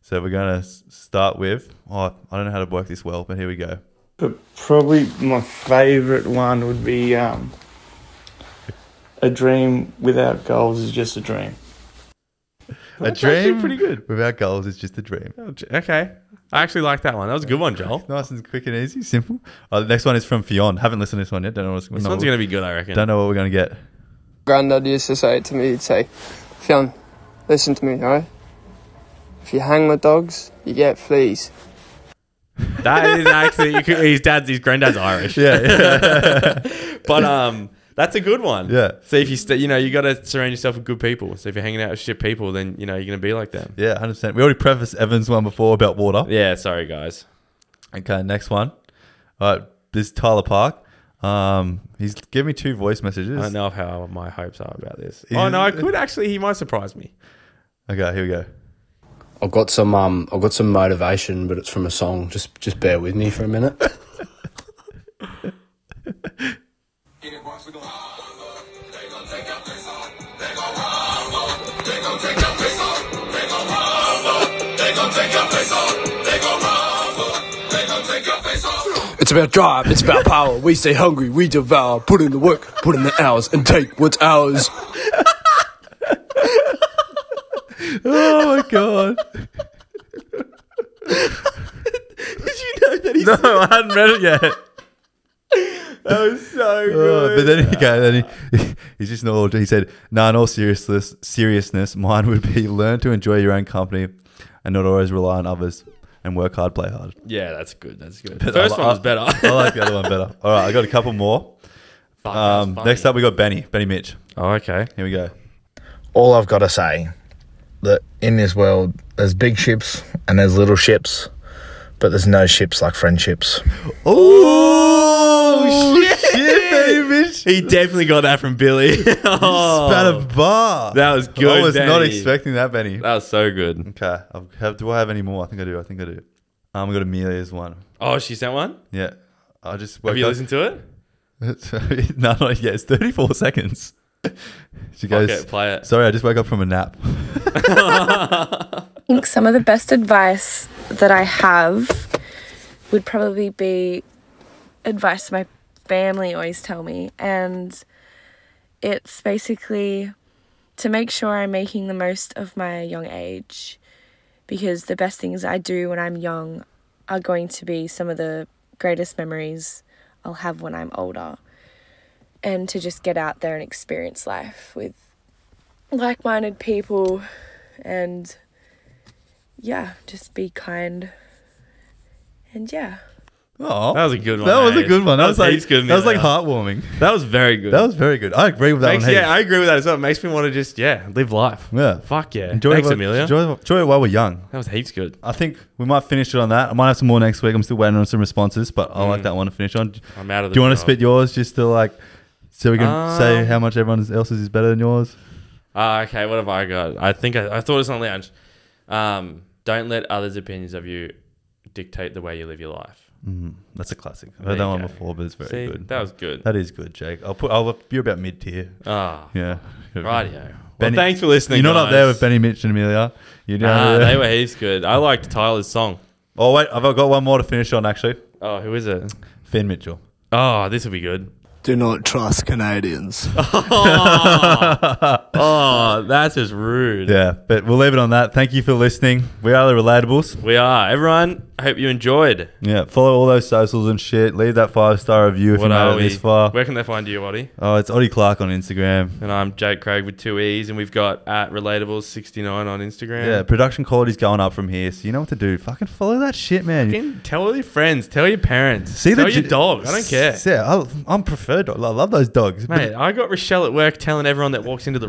S3: So we're going to start with. Oh, I don't know how to work this well, but here we go.
S5: But probably my favourite one would be um, a dream without goals is just a dream.
S3: a
S2: That's actually
S3: dream
S2: pretty good.
S3: without goals is just a dream.
S2: yes. Oh, Okay. I actually like that one. That was a good one, Joel.
S3: Nice and quick and easy, simple. Oh, the next one is from Fionn. Haven't listened to this one yet. Don't know what's
S2: This one's going to be good, I reckon.
S3: Don't know what we're going to get.
S6: granddad used to say it to me, he'd say, Fionn, listen to me, alright? If you hang with dogs, you get fleas.
S2: That is actually you could, his dad's his granddad's Irish.
S3: Yeah. yeah.
S2: But um that's a good one.
S3: Yeah.
S2: So if you st- you know, you got to surround yourself with good people. So if you're hanging out with shit people, then you know you're going to be like them.
S3: Yeah, hundred percent. We already prefaced Evan's one before about water.
S2: Yeah, sorry guys.
S3: Okay, next one. All right, this is Tyler Park. Um, he's given me two voice messages.
S2: I don't know how my hopes are about this.
S3: Is-
S2: oh no, I could actually he might surprise me.
S3: Okay, here we go.
S7: I've got some um I've got some motivation, but it's from a song. Just just bear with me for a minute.
S1: It's about drive, it's about power. We stay hungry, we devour. Put in the work, put in the hours, and take what's ours.
S3: Oh my god!
S2: Did you know that he's
S3: no, I hadn't read it yet.
S2: so
S3: Oh, but then he go, then he, he's just an old. He said, "No, in all seriousness, seriousness, mine would be learn to enjoy your own company, and not always rely on others, and work hard, play hard."
S2: Yeah, that's good. That's good. Uh, First
S3: I-
S2: one was
S3: I-
S2: better.
S3: I like the other one better. All right, I got a couple more.
S2: Fuck,
S3: Um, next up, we got Benny, Benny Mitch.
S2: Oh, okay.
S3: Here we go.
S8: all I've got to say that in this world there's big ships and there's little ships, but there's no ships like friendships.
S3: Oh shit, Benny Mitch.
S2: He definitely got that from Billy. oh,
S3: spat a bar.
S2: That was good,
S3: I was not
S2: Benny.
S3: expecting that, Benny.
S2: that was so good.
S3: Okay. I've, have, do I have any more? I think I do. I think I do. Um, I got Amelia's one.
S2: Oh, she sent one.
S3: Yeah. I just
S2: Have you listened to it?
S3: listened? no, not yet. It's 34 seconds. She goes,
S2: Okay, play it.
S3: Sorry, I just woke up from a nap.
S9: think some of the best advice that I have would probably be advice my family always tell me. And it's basically to make sure I'm making the most of my young age because the best things I do when I'm young are going to be some of the greatest memories I'll have when I'm older. and to just get out there and experience life with like minded people and yeah, just be kind and yeah.
S3: Oh,
S2: That was a good one,
S3: That was a
S2: eh?
S3: good one. That,
S2: That
S3: was,
S2: was heaps
S3: like
S2: good in
S3: that was
S2: there.
S3: like heartwarming.
S2: That was very good.
S3: That was very good. I agree with that
S2: Makes,
S3: one.
S2: yeah,
S3: heaps.
S2: I agree with that as well. It makes me want to just yeah live life.
S3: yeah.
S2: Fuck yeah.
S3: Enjoy
S2: Thanks,
S3: it, while-
S2: Amelia.
S3: Enjoy, enjoy it while we're young.
S2: that was heaps good.
S3: I think we might finish it on that. I might have some more next week. I'm still waiting on some responses, but I
S2: Mm.
S3: like that one to finish on.
S2: I'm out of the
S3: Do you want to
S2: job.
S3: spit yours just to like, so we can say
S2: Um,
S3: how much everyone else's is better than yours?
S2: Ah, okay, what have I got? I think I, I thought it's on lounge. Um, don't let others' opinions of you dictate the way you live your life.
S3: That's a classic. I've
S2: There
S3: heard that
S2: you
S3: one
S2: go.
S3: before, but it's very
S2: See,
S3: good.
S2: that was good.
S3: that is good, Jake. I'll put. I'll you're about mid tier.
S2: Ah,
S3: Yeah.
S2: rightio. Well,
S3: Benny-
S2: thanks for listening.
S3: You're not up
S2: guys.
S3: there with Benny Mitch and Amelia. You're down
S2: Ah,
S3: there.
S2: they were heaps good. I liked Tyler's song.
S3: Oh wait, I've got one more to finish on actually.
S2: Oh, who is it?
S3: Finn Mitchell.
S2: Oh, this will be good.
S8: Do not trust Canadians.
S2: Oh, that's just rude.
S3: Yeah, but we'll leave it on that. Thank you for listening. We are the Relatables.
S2: We are. Everyone, I hope you enjoyed.
S3: Yeah, follow all those socials and shit. Leave that five star review if
S2: What
S3: you made
S2: are
S3: it
S2: we?
S3: this far.
S2: Where can they find you, Waddy?
S3: Oh, it's Oddie Clark on Instagram.
S2: And I'm Jake Craig with two E's, and we've got at Relatables69 on Instagram.
S3: Yeah, production quality's going up from here, so you know what to do. Fucking follow that shit, man.
S2: Fucking tell all your friends, tell your parents, tell
S3: j-
S2: your dog. I don't care.
S3: Yeah, I, I'm preferred. dog. I love those dogs. But-
S2: Mate, I got Rochelle at work telling everyone that walks into the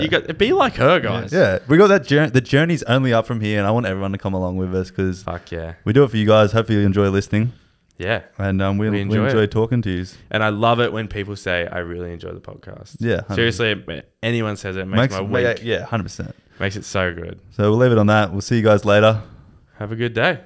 S3: Yeah.
S2: You got be like her, guys.
S3: yeah, we got that. Journey, the journey's only up from here, and I want everyone to come along with us because
S2: Fuck yeah.
S3: we do it for you guys. Hopefully, you enjoy listening,
S2: Yeah.
S3: and um, we, we
S2: We
S3: enjoy,
S2: enjoy it.
S3: talking to you.
S2: And I love it when people say, I really enjoy the podcast.
S3: Yeah, 100%.
S2: Seriously, ma- anyone says it, it makes, my week.
S3: yeah, hundred percent.
S2: Makes it so good.
S3: So we'll leave it on that. We'll see you guys later.
S2: Have a good day.